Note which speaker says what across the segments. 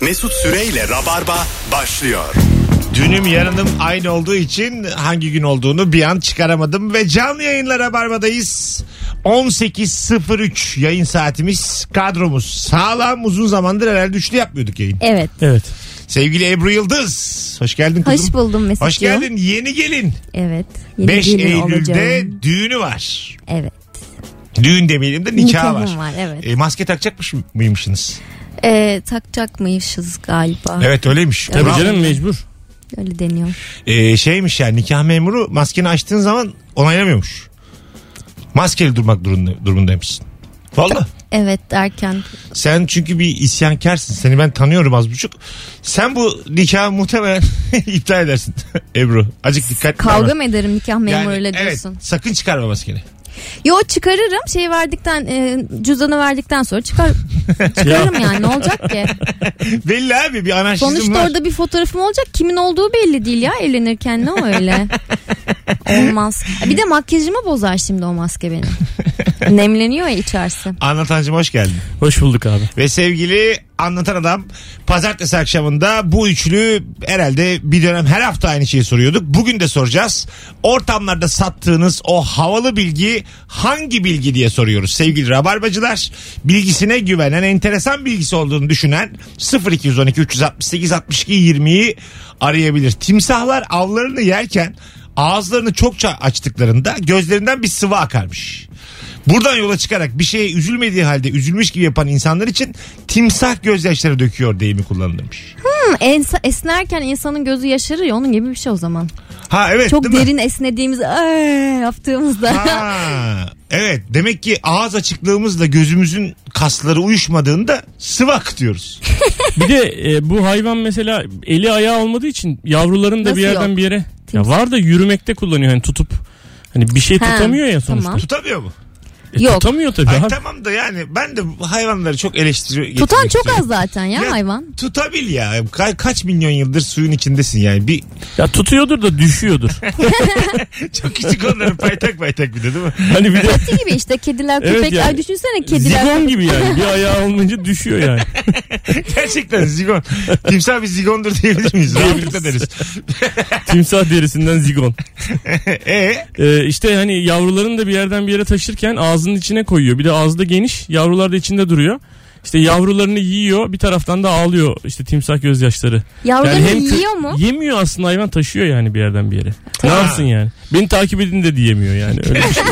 Speaker 1: Mesut Süreyle Rabarba başlıyor.
Speaker 2: Dünüm yarınım aynı olduğu için hangi gün olduğunu bir an çıkaramadım ve canlı yayınla Rabarba'dayız. 18.03 yayın saatimiz kadromuz sağlam uzun zamandır herhalde üçlü yapmıyorduk yayın.
Speaker 3: Evet.
Speaker 4: Evet.
Speaker 2: Sevgili Ebru Yıldız hoş geldin kızım.
Speaker 3: Hoş buldum Mesut'cuğum.
Speaker 2: Hoş geldin yeni gelin.
Speaker 3: Evet. Yeni
Speaker 2: 5
Speaker 3: gelin
Speaker 2: Eylül'de
Speaker 3: olacağım.
Speaker 2: düğünü var.
Speaker 3: Evet.
Speaker 2: Düğün demeyelim de nikahı
Speaker 3: Nikahım
Speaker 2: var.
Speaker 3: var, evet.
Speaker 2: E, maske takacakmış mıymışsınız?
Speaker 3: Ee, takacak mıymışız galiba?
Speaker 2: Evet öyleymiş.
Speaker 4: Tabii
Speaker 2: Bravo.
Speaker 4: canım mecbur.
Speaker 3: Öyle deniyor.
Speaker 2: Ee, şeymiş yani nikah memuru maskeni açtığın zaman onaylamıyormuş. Maskeli durmak durumunda, durumundaymışsın. Valla.
Speaker 3: Evet derken
Speaker 2: Sen çünkü bir isyankarsın. Seni ben tanıyorum az buçuk. Sen bu nikahı muhtemelen iptal edersin Ebru. Acık dikkat.
Speaker 3: kavga mı ederim nikah memuruyla
Speaker 2: evet,
Speaker 3: diyorsun?
Speaker 2: sakın çıkarma maskeni.
Speaker 3: Yo çıkarırım şey verdikten e, cüzdanı verdikten sonra çıkar çıkarırım yani ne olacak ki?
Speaker 2: Belli abi bir anarşizm
Speaker 3: Sonuçta
Speaker 2: var.
Speaker 3: orada bir fotoğrafım olacak kimin olduğu belli değil ya evlenirken ne o öyle? Olmaz. Bir de makyajımı bozar şimdi o maske benim. Nemleniyor ya içerisi.
Speaker 2: Anlatancım hoş geldin.
Speaker 4: Hoş bulduk abi.
Speaker 2: Ve sevgili anlatan adam pazartesi akşamında bu üçlü herhalde bir dönem her hafta aynı şeyi soruyorduk. Bugün de soracağız. Ortamlarda sattığınız o havalı bilgi hangi bilgi diye soruyoruz. Sevgili rabarbacılar bilgisine güvenen enteresan bilgisi olduğunu düşünen 0212 368 62 20'yi arayabilir. Timsahlar avlarını yerken ağızlarını çokça açtıklarında gözlerinden bir sıvı akarmış. Buradan yola çıkarak bir şeye üzülmediği halde üzülmüş gibi yapan insanlar için timsah gözyaşları döküyor deyimi kullanılmış.
Speaker 3: Hı, ensa- esnerken insanın gözü yaşarır ya onun gibi bir şey o zaman.
Speaker 2: Ha evet
Speaker 3: Çok
Speaker 2: E, değil mi?
Speaker 3: derin esnediğimiz "Ay!" yaptığımızda.
Speaker 2: Ha, evet demek ki ağız açıklığımızla gözümüzün kasları uyuşmadığında sıvı akıtıyoruz.
Speaker 4: Bir de e, bu hayvan mesela eli ayağı olmadığı için yavruların da
Speaker 3: Nasıl
Speaker 4: bir yerden
Speaker 3: yok?
Speaker 4: bir yere. Ya
Speaker 3: Timsah.
Speaker 4: var da yürümekte kullanıyor hani tutup. Hani bir şey
Speaker 3: Ha,
Speaker 4: tutamıyor ya sonuçta.
Speaker 3: tamam.
Speaker 2: Tutamıyor mu?
Speaker 4: E,
Speaker 3: Yok.
Speaker 4: Tutamıyor tabii.
Speaker 2: Ay,
Speaker 4: abi.
Speaker 2: tamam da yani ben de bu hayvanları çok eleştiriyorum.
Speaker 3: Tutan çok az zaten ya hayvan.
Speaker 2: Tutabil ya. Ka- kaç milyon yıldır suyun içindesin yani. Bir
Speaker 4: Ya tutuyordur da düşüyordur.
Speaker 2: çok küçük onların paytak paytak bir de değil mi?
Speaker 4: hani bir de
Speaker 3: Kedi gibi işte kediler
Speaker 4: Evet
Speaker 3: köpekler
Speaker 4: yani.
Speaker 3: düşünsene kediler.
Speaker 4: zigon gibi yani. Bir ayağı olmayınca düşüyor yani.
Speaker 2: Gerçekten zigon. Timsah bir zigondur diyebilir miyiz? Rahatlıkla deriz.
Speaker 4: Timsah derisinden zigon.
Speaker 2: E
Speaker 4: Ee, işte hani yavruların da bir yerden bir yere taşırken ağzının içine koyuyor. Bir de ağzı da geniş. Yavrular da içinde duruyor. İşte yavrularını yiyor bir taraftan da ağlıyor işte timsah gözyaşları.
Speaker 3: Yavrularını
Speaker 4: kı-
Speaker 3: yiyor mu?
Speaker 4: Yemiyor aslında hayvan taşıyor yani bir yerden bir yere. Ne yapsın yani? Beni takip edin de diyemiyor yani. Öyle bir şey.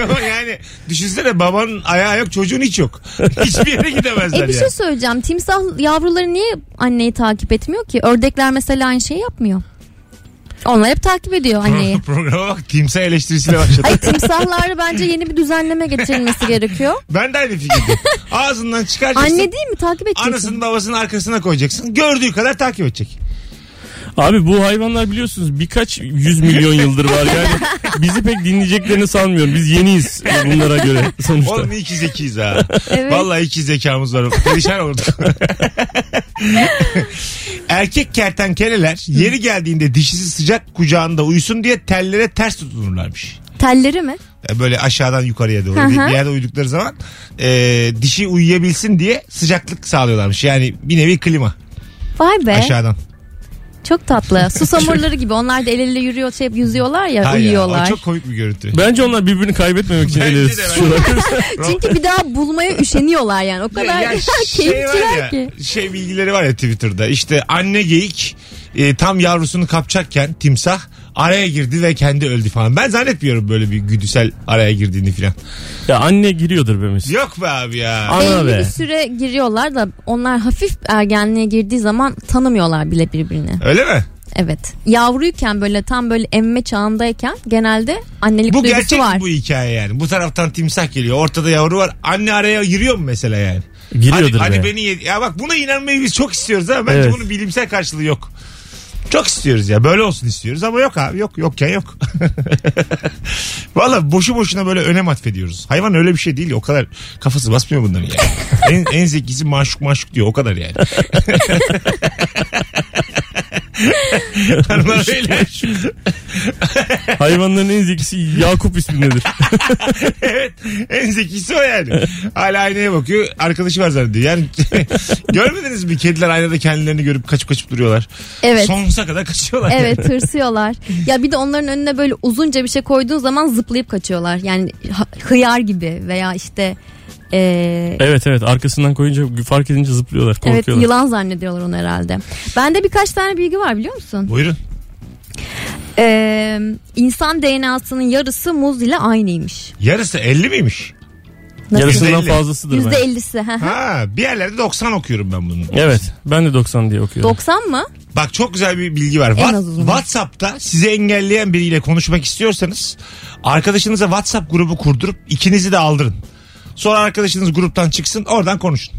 Speaker 2: Ama yani düşünsene babanın ayağı yok çocuğun hiç yok. Hiçbir yere gidemezler
Speaker 3: E bir
Speaker 2: yani.
Speaker 3: şey söyleyeceğim. Timsah yavruları niye anneyi takip etmiyor ki? Ördekler mesela aynı şeyi yapmıyor. Onlar hep takip ediyor anneyi.
Speaker 2: Pro- Programa bak timsah eleştirisiyle başladı.
Speaker 3: Ay timsahlar bence yeni bir düzenleme getirilmesi gerekiyor.
Speaker 2: Ben de aynı fikirdeyim. Ağzından çıkaracaksın.
Speaker 3: Anne değil mi takip edeceksin?
Speaker 2: Anasının babasının arkasına koyacaksın. Gördüğü kadar takip edecek.
Speaker 4: Abi bu hayvanlar biliyorsunuz birkaç yüz milyon yıldır var yani. Bizi pek dinleyeceklerini sanmıyorum. Biz yeniyiz bunlara göre sonuçta.
Speaker 2: Oğlum iyi ki zekiyiz ha.
Speaker 3: Evet.
Speaker 2: Vallahi iki zekamız var. Perişan olduk. Erkek kertenkeleler yeri geldiğinde dişisi sıcak kucağında uyusun diye tellere ters tutunurlarmış.
Speaker 3: Telleri mi?
Speaker 2: Yani E, böyle aşağıdan yukarıya doğru
Speaker 3: Hı
Speaker 2: bir,
Speaker 3: hı.
Speaker 2: bir yerde uyudukları zaman e, dişi uyuyabilsin diye sıcaklık sağlıyorlarmış. Yani bir nevi klima
Speaker 3: Vay be.
Speaker 2: aşağıdan.
Speaker 3: Çok tatlı. Susamurları gibi. Onlar da el ele yürüyor, şey yüzüyorlar ya,
Speaker 2: Hayır,
Speaker 3: uyuyorlar.
Speaker 2: O çok komik bir görüntü.
Speaker 4: Bence onlar birbirini kaybetmemek için
Speaker 2: Bence
Speaker 4: el ele
Speaker 2: de, bence de.
Speaker 4: tutuyorlar.
Speaker 3: Çünkü bir daha bulmaya üşeniyorlar yani. O kadar
Speaker 2: Ya şey var
Speaker 3: keyifçiler
Speaker 2: ya,
Speaker 3: ki.
Speaker 2: şey bilgileri var ya Twitter'da. İşte anne geyik e, tam yavrusunu kapacakken timsah araya girdi ve kendi öldü falan. Ben zannetmiyorum böyle bir güdüsel araya girdiğini falan.
Speaker 4: ya anne giriyordur be Mesut.
Speaker 2: Yok be abi ya.
Speaker 4: Ana
Speaker 3: Belli
Speaker 4: be.
Speaker 3: bir süre giriyorlar da onlar hafif ergenliğe girdiği zaman tanımıyorlar bile birbirini.
Speaker 2: Öyle mi?
Speaker 3: Evet. Yavruyken böyle tam böyle emme çağındayken genelde annelik
Speaker 2: Bu
Speaker 3: duygusu
Speaker 2: gerçek mi
Speaker 3: var.
Speaker 2: bu hikaye yani. Bu taraftan timsah geliyor. Ortada yavru var. Anne araya giriyor mu mesela yani?
Speaker 4: Giriyordur
Speaker 2: hadi,
Speaker 4: be.
Speaker 2: hadi beni yedi. Ya bak buna inanmayı biz çok istiyoruz ama bence
Speaker 4: Evet.
Speaker 2: bunun bilimsel karşılığı yok. Çok istiyoruz ya. Böyle olsun istiyoruz ama yok abi. Yok yokken yok. Valla boşu boşuna böyle önem atfediyoruz. Hayvan öyle bir şey değil ya. O kadar kafası basmıyor bunların yani. en, en zekisi maşuk maşuk diyor. O kadar yani. Hanımlar beyler.
Speaker 4: Hayvanların en zekisi Yakup ismindedir.
Speaker 2: evet. En zekisi o yani. Hala aynaya bakıyor. Arkadaşı var zannediyor. Yani görmediniz mi? Kediler aynada kendilerini görüp kaçıp kaçıp duruyorlar.
Speaker 3: Evet.
Speaker 2: Sonsuza kadar kaçıyorlar.
Speaker 3: Evet hırsıyorlar. Ya bir de onların önüne böyle uzunca bir şey koyduğun zaman zıplayıp kaçıyorlar. Yani ha- hıyar gibi veya işte eee,
Speaker 4: evet evet arkasından koyunca fark edince zıplıyorlar
Speaker 3: evet
Speaker 4: korkuyorlar.
Speaker 3: yılan zannediyorlar onu herhalde. Bende birkaç tane bilgi var biliyor musun?
Speaker 2: Buyurun.
Speaker 3: Eee insan DNA'sının yarısı muz ile aynıymış.
Speaker 2: Yarısı 50 miymiş?
Speaker 3: Nasıl?
Speaker 4: Yarısından
Speaker 2: %50.
Speaker 4: fazlasıdır
Speaker 3: Yüzde
Speaker 4: ben.
Speaker 3: ellisi. hı hı.
Speaker 2: Ha, bir yerlerde 90 okuyorum ben bunu.
Speaker 4: Evet ben de 90 diye okuyorum.
Speaker 3: 90 mı?
Speaker 2: Bak çok güzel bir bilgi var. What-
Speaker 3: az uzun.
Speaker 2: WhatsApp'ta sizi engelleyen biriyle konuşmak istiyorsanız arkadaşınıza WhatsApp grubu kurdurup ikinizi de aldırın. Sonra arkadaşınız gruptan çıksın oradan konuşun.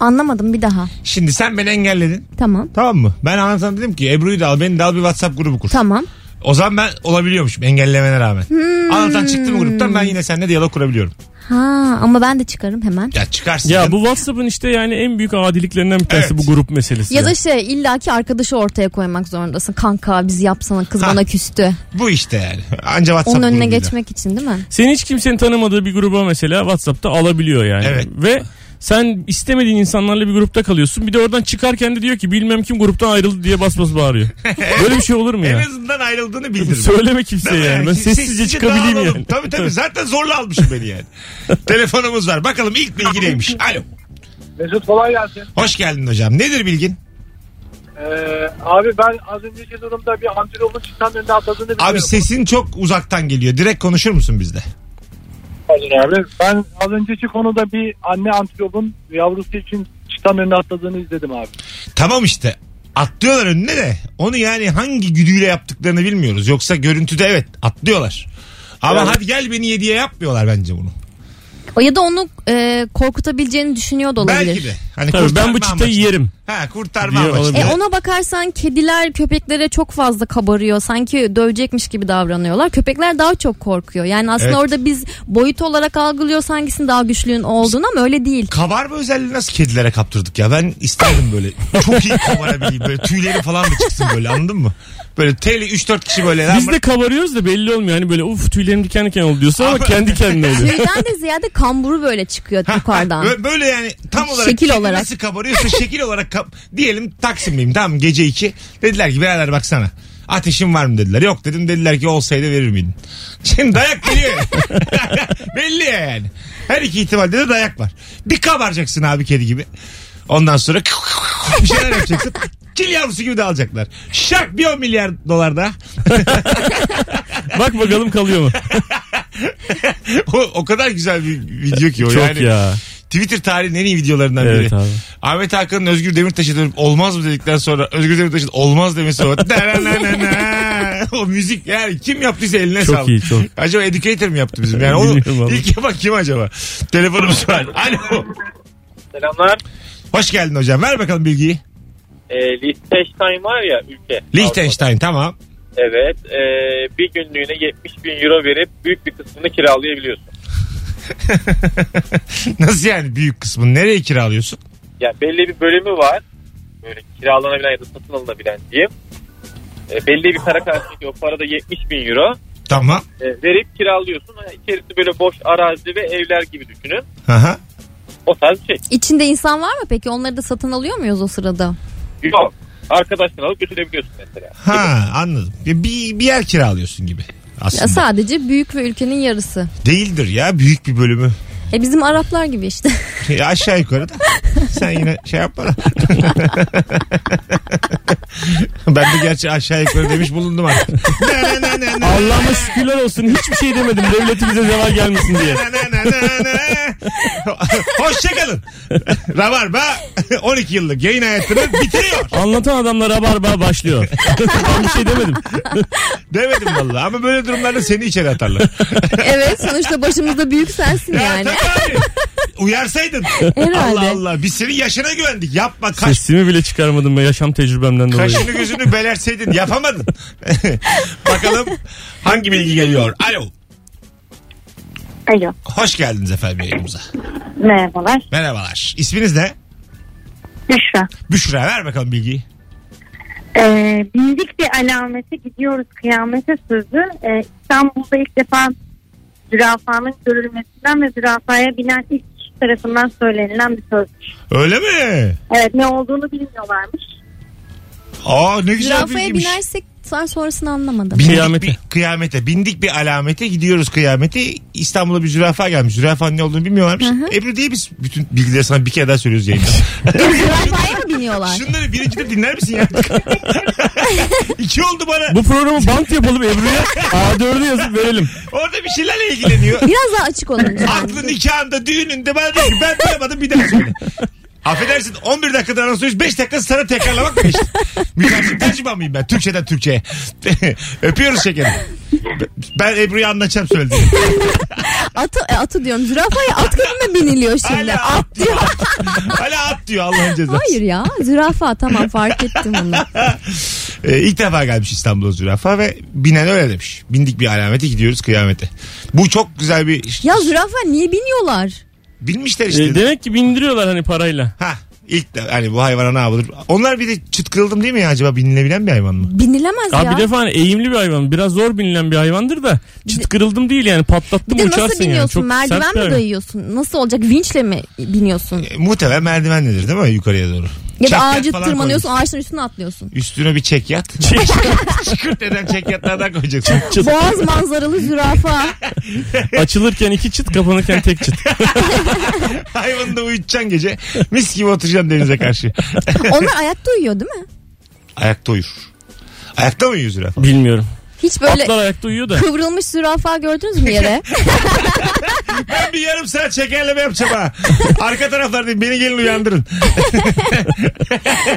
Speaker 3: Anlamadım bir daha.
Speaker 2: Şimdi sen beni engelledin
Speaker 3: Tamam.
Speaker 2: tamam mı? Ben anlatan dedim ki Ebru'yu da al beni de al bir WhatsApp grubu kur.
Speaker 3: Tamam.
Speaker 2: O zaman ben olabiliyormuşum engellemene rağmen.
Speaker 3: Hmm.
Speaker 2: Anlatan çıktı mı gruptan ben yine seninle diyalog kurabiliyorum.
Speaker 3: Ha ama ben de çıkarım hemen.
Speaker 2: Ya çıkarsın.
Speaker 4: Ya
Speaker 2: canım.
Speaker 4: bu WhatsApp'ın işte yani en büyük adiliklerinden bir tanesi
Speaker 2: Evet.
Speaker 4: bu grup meselesi.
Speaker 3: Ya da şey illaki arkadaşı ortaya koymak zorundasın. Kanka biz yapsana kız
Speaker 2: Ha.
Speaker 3: bana küstü.
Speaker 2: bu işte yani. Anca WhatsApp
Speaker 3: Onun önüne
Speaker 2: grubuyla.
Speaker 3: geçmek için değil mi?
Speaker 4: Seni hiç kimsenin tanımadığı bir gruba mesela WhatsApp'ta alabiliyor yani.
Speaker 2: Evet.
Speaker 4: Ve sen istemediğin insanlarla bir grupta kalıyorsun. Bir de oradan çıkarken de diyor ki bilmem kim gruptan ayrıldı diye bas bas bağırıyor. Böyle bir şey olur mu
Speaker 2: En
Speaker 4: ya?
Speaker 2: azından ayrıldığını bildirme.
Speaker 4: Söyleme kimseye yani. Ben sessizce çıkabileyim
Speaker 2: dağılalım.
Speaker 4: yani.
Speaker 2: Tabii tabii zaten zorla almışım beni yani. Telefonumuz var. Bakalım ilk bilgi neymiş. Alo.
Speaker 5: Mesut kolay gelsin.
Speaker 2: Hoş geldin hocam. Nedir bilgin?
Speaker 5: Ee, abi ben az önceki durumda bir antilopun çıkan önüne atladığını biliyorum.
Speaker 2: Abi sesin çok uzaktan geliyor. Direkt konuşur musun bizde?
Speaker 5: Pardon abi. Ben az önceki konuda bir anne antilopun yavrusu için çıtan önüne atladığını izledim abi.
Speaker 2: Tamam işte. Atlıyorlar önüne de. Onu yani hangi güdüyle yaptıklarını bilmiyoruz. Yoksa görüntüde evet atlıyorlar. Ama
Speaker 5: Evet.
Speaker 2: hadi gel beni yediye yapmıyorlar bence bunu.
Speaker 3: O ya da onu e, korkutabileceğini düşünüyor da olabilir.
Speaker 2: Belki de. Hani
Speaker 4: Tabii ben
Speaker 2: kurtarma
Speaker 4: bu çıtayı
Speaker 2: amaçlı.
Speaker 4: yerim.
Speaker 2: Ha kurtarma
Speaker 4: Diyor
Speaker 2: amaçlı.
Speaker 4: olabilir.
Speaker 3: E ona bakarsan kediler köpeklere çok fazla kabarıyor. Sanki dövecekmiş gibi davranıyorlar. Köpekler daha çok korkuyor. Yani aslında
Speaker 2: Evet.
Speaker 3: orada biz boyut olarak algılıyoruz hangisinin daha güçlüğün olduğunu ama öyle değil.
Speaker 2: kabarma E, özelliği nasıl kedilere kaptırdık ya? Ben isterdim böyle. Çok iyi kabarabileyim. Böyle tüyleri falan da çıksın böyle anladın mı? Böyle teli 3-4 kişi böyle. lan
Speaker 4: Biz de
Speaker 2: bırak-
Speaker 4: kabarıyoruz da belli olmuyor. Hani böyle uf tüylerim diken diken oldu diyorsun ama
Speaker 2: Abi-
Speaker 4: kendi kendine oluyor.
Speaker 3: Tüyden de ziyade kamburu böyle çıkıyor yukarıdan.
Speaker 2: Bö- Böyle yani tam olarak
Speaker 3: Şekil
Speaker 2: kedi
Speaker 3: olarak.
Speaker 2: nasıl kabarıyorsa şekil olarak kap- diyelim Taksim'deyim tamam gece 2 dediler ki birader baksana ateşin var mı dediler yok dedim dediler ki olsaydı verir miydin şimdi dayak geliyor ya. belli ya yani her iki ihtimalde de dayak var bir kabaracaksın abi kedi gibi ondan sonra bir şeyler yapacaksın Kil yavrusu gibi de alacaklar. Şak bir 10 milyar dolar daha.
Speaker 4: Bak bakalım kalıyor mu?
Speaker 2: O, o kadar güzel bir video ki o
Speaker 4: Çok
Speaker 2: yani.
Speaker 4: ya.
Speaker 2: Twitter tarihinin en iyi videolarından
Speaker 4: Evet
Speaker 2: biri.
Speaker 4: abi.
Speaker 2: Ahmet Hakan'ın Özgür Demirtaş'a dönüp olmaz mı dedikten sonra Özgür Demirtaş'ın olmaz demesi o. Derenenene. o müzik yani kim yaptıysa eline
Speaker 4: Çok
Speaker 2: sağlık.
Speaker 4: iyi, çok.
Speaker 2: Acaba Educator mu yaptı bizim? Yani
Speaker 4: Bilmiyorum
Speaker 2: onu
Speaker 4: abi.
Speaker 2: ilk yapan kim acaba? Telefonumuz var. Alo.
Speaker 5: Selamlar.
Speaker 2: Hoş geldin hocam. Ver bakalım bilgiyi.
Speaker 5: E, Liechtenstein var ya ülke.
Speaker 2: Liechtenstein tamam.
Speaker 5: Evet. ee, bir günlüğüne 70 bin euro verip büyük bir kısmını kiralayabiliyorsun.
Speaker 2: Nasıl yani büyük kısmını? Nereye kiralıyorsun?
Speaker 5: yani belli bir bölümü var. Böyle kiralanabilen ya da satın alınabilen diyeyim. E, belli bir para karşılığı o parada 70 bin euro.
Speaker 2: Tamam.
Speaker 5: E, verip kiralıyorsun. Ha, İçerisi böyle boş arazi ve evler gibi düşünün.
Speaker 2: Aha.
Speaker 5: O tarz bir şey.
Speaker 3: İçinde insan var mı peki? Onları da satın alıyor muyuz o sırada?
Speaker 5: Yok. Arkadaştan alıp götürebiliyorsun mesela.
Speaker 2: Ha anladım. Bir, bir yer kiralıyorsun gibi. Aslında.
Speaker 3: Ya sadece büyük ve ülkenin yarısı.
Speaker 2: Değildir ya büyük bir bölümü.
Speaker 3: E bizim Araplar gibi işte.
Speaker 2: Ya aşağı yukarı da. Sen yine şey yapma da. ben de gerçi aşağı yukarı demiş bulundum artık. Ne, ne, ne, ne, ne,
Speaker 4: Allah'ıma şükürler olsun hiçbir şey demedim devletimize zeval gelmesin diye.
Speaker 2: ne, ne, ne, ne. Hoşçakalın. Rabarba 12 yıllık yayın hayatını bitiriyor.
Speaker 4: Anlatan adamlar rabarba başlıyor. ben bir şey demedim.
Speaker 2: Demedim vallahi ama böyle durumlarda seni içeri atarlar.
Speaker 3: evet sonuçta başımızda büyük sensin
Speaker 2: Ya
Speaker 3: yani.
Speaker 2: tabii abi. Uyarsaydın.
Speaker 3: Herhalde.
Speaker 2: Allah Allah. Biz senin yaşına güvendik. Yapma kaç
Speaker 4: Sesimi bile çıkarmadım ben yaşam tecrübemden dolayı.
Speaker 2: Kaşını gözünü belerseydin yapamadın. Bakalım hangi bilgi geliyor? Alo.
Speaker 6: Alo.
Speaker 2: Hoş geldiniz efendim yayınımıza.
Speaker 6: Merhabalar.
Speaker 2: Merhabalar. İsminiz ne?
Speaker 6: Büşra.
Speaker 2: Büşra ver bakalım bilgiyi.
Speaker 6: Ee, bindik bir alamete gidiyoruz kıyamete sözü. Ee, İstanbul'da ilk defa zürafanın görülmesinden ve zürafaya binen ilk kişi tarafından söylenilen bir söz.
Speaker 2: Öyle mi?
Speaker 6: Evet ne olduğunu bilmiyorlarmış.
Speaker 2: Aa ne güzel
Speaker 3: Zürafaya
Speaker 2: bilgiymiş.
Speaker 3: binersek sen sonrasını anlamadım.
Speaker 2: Bindik
Speaker 4: Kıyamete.
Speaker 2: Bir, kıyamete. Bindik bir alamete gidiyoruz kıyamete. İstanbul'a bir zürafa gelmiş. Zürafanın ne olduğunu bilmiyorlarmış. Ebru diye biz bütün bilgileri sana bir kere daha söylüyoruz yayında.
Speaker 3: Zürafaya mı biniyorlar?
Speaker 2: Şunları birincide dinler misin ya? İki oldu bana.
Speaker 4: Bu programı bant yapalım Ebru'ya. A4'ü yazıp verelim.
Speaker 2: Orada bir şeylerle ilgileniyor.
Speaker 3: Biraz daha açık olun. lütfen.
Speaker 2: Aklı nikahında düğününde bana diyor ki ben duyamadım bir daha söyle. Affedersin 11 dakikada anlatıyoruz 5 dakika sana tekrarlamak mı işte? Mütercim tercüman mıyım ben Türkçeden Türkçe'ye? Öpüyoruz şekerim. Ben Ebru'yu anlatacağım söylediğimi.
Speaker 3: Atı, e, atı diyorum. Zürafaya at gibi mi biniliyor şimdi?
Speaker 2: Hala
Speaker 3: At
Speaker 2: at
Speaker 3: diyor.
Speaker 2: Hala at diyor Allah'ın cezası.
Speaker 3: Hayır ya. Zürafa tamam fark ettim onu.
Speaker 2: Ee, ilk defa gelmiş İstanbul'a zürafa ve binen öyle demiş. Bindik bir alamete gidiyoruz kıyamete. Bu çok güzel bir...
Speaker 3: Ya zürafa niye biniyorlar?
Speaker 2: Bilmişler işte.
Speaker 4: E, demek ki bindiriyorlar hani parayla.
Speaker 2: Ha ilk de hani bu hayvana ne yapılır? Onlar bir de çıt kırıldım değil mi ya acaba binilebilen bir hayvan mı?
Speaker 3: Binilemez
Speaker 4: Abi
Speaker 3: ya.
Speaker 4: bir defa hani eğimli bir hayvan. Biraz zor binilen bir hayvandır da. Çıt kırıldım değil yani
Speaker 3: Bir
Speaker 4: patlattım
Speaker 3: de nasıl
Speaker 4: uçarsın yani.
Speaker 3: biniyorsun?
Speaker 4: Çok
Speaker 3: Merdiven
Speaker 4: sert
Speaker 3: mi
Speaker 4: bir hayvan.
Speaker 3: dayıyorsun? Nasıl olacak? Vinçle mi biniyorsun?
Speaker 2: E, muhtemelen merdivenlidir değil mi yukarıya doğru?
Speaker 3: Ya da
Speaker 2: Çekyat
Speaker 3: ağacı
Speaker 2: falan
Speaker 3: tırmanıyorsun
Speaker 2: koyacaksın.
Speaker 3: ağaçların üstüne atlıyorsun.
Speaker 2: Üstüne bir çek yat. Çıkırt eden çek yatlardan koyacaksın.
Speaker 3: Boğaz manzaralı zürafa.
Speaker 4: Açılırken iki çıt kapanırken tek çıt.
Speaker 2: Hayvanı da uyutacaksın gece. Mis gibi oturacaksın denize karşı.
Speaker 3: Onlar ayakta uyuyor değil mi?
Speaker 2: Ayakta uyur. Ayakta mı uyuyor zürafa?
Speaker 4: Bilmiyorum.
Speaker 3: Hiç böyle
Speaker 4: Atlar ayakta uyuyor da.
Speaker 3: kıvrılmış zürafa gördünüz mü yere?
Speaker 2: Ben bir yarım saat çekerleme yapacağım ha. Arka taraflardayım beni gelin uyandırın.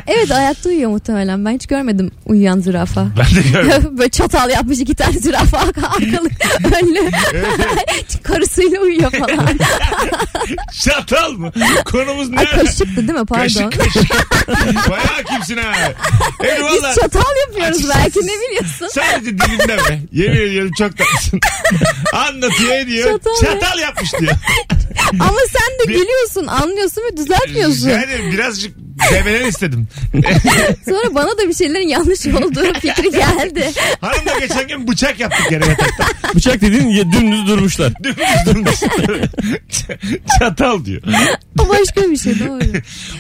Speaker 3: evet ayakta uyuyor muhtemelen. Ben hiç görmedim uyuyan zürafa.
Speaker 2: Ben de görmedim.
Speaker 3: böyle çatal yapmış iki tane zürafa arkalık önlü. Karısıyla uyuyor falan.
Speaker 2: Çatal mı? Konumuz ne?
Speaker 3: Ay kaşıktı değil mi pardon.
Speaker 2: Kaşık kaşık. Bayağı kimsin ha? Evet
Speaker 3: Biz
Speaker 2: valla.
Speaker 3: çatal yapıyoruz
Speaker 2: Açıkçası-
Speaker 3: belki ne biliyorsun.
Speaker 2: Sadece dilinden be. Yemin ediyorum çok tatlısın. Anlatıyor ediyor.
Speaker 3: Çatal
Speaker 2: Çatal,
Speaker 3: ya.
Speaker 2: yapmış diyor.
Speaker 3: Ama sen de
Speaker 2: Bir-
Speaker 3: gülüyorsun anlıyorsun ve düzeltmiyorsun.
Speaker 2: Yani birazcık demelen istedim. E,
Speaker 3: Sonra bana da bir şeylerin yanlış olduğu fikri geldi.
Speaker 2: Hanımla geçen gün bıçak yaptık yere yatakta.
Speaker 4: Bıçak dediğin ya dümdüz durmuşlar.
Speaker 2: Dümdüz dümdüz. Ç- Çatal diyor.
Speaker 3: O başka bir şey doğru.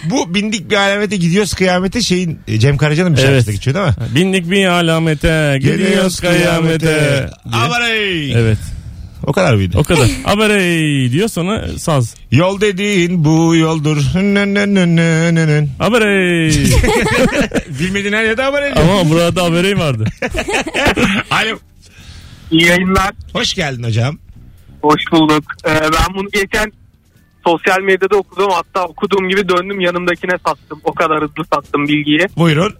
Speaker 2: Bu bindik bir alamete gidiyoruz kıyamete şeyin e, Cem Karaca'nın bir şarkısında
Speaker 4: Evet.
Speaker 2: geçiyor değil mi?
Speaker 4: Bindik bir alamete, gidiyoruz kıyamete. diye.
Speaker 2: Aman ey.
Speaker 4: Evet
Speaker 2: O kadar mıydı?
Speaker 4: o kadar. Abarey diyor sonra saz.
Speaker 2: Yol dediğin bu yoldur. Nın nın nın nın nın.
Speaker 4: Abarey.
Speaker 2: Bilmediğin her yerde aman ey.
Speaker 4: Ama burada abarey vardı.
Speaker 2: Alo.
Speaker 7: İyi yayınlar.
Speaker 2: Hoş geldin hocam.
Speaker 7: Hoş bulduk. Ee, ben bunu geçen sosyal medyada okudum. Hatta okuduğum gibi döndüm yanımdakine sattım. O kadar hızlı sattım bilgiyi.
Speaker 2: Buyurun.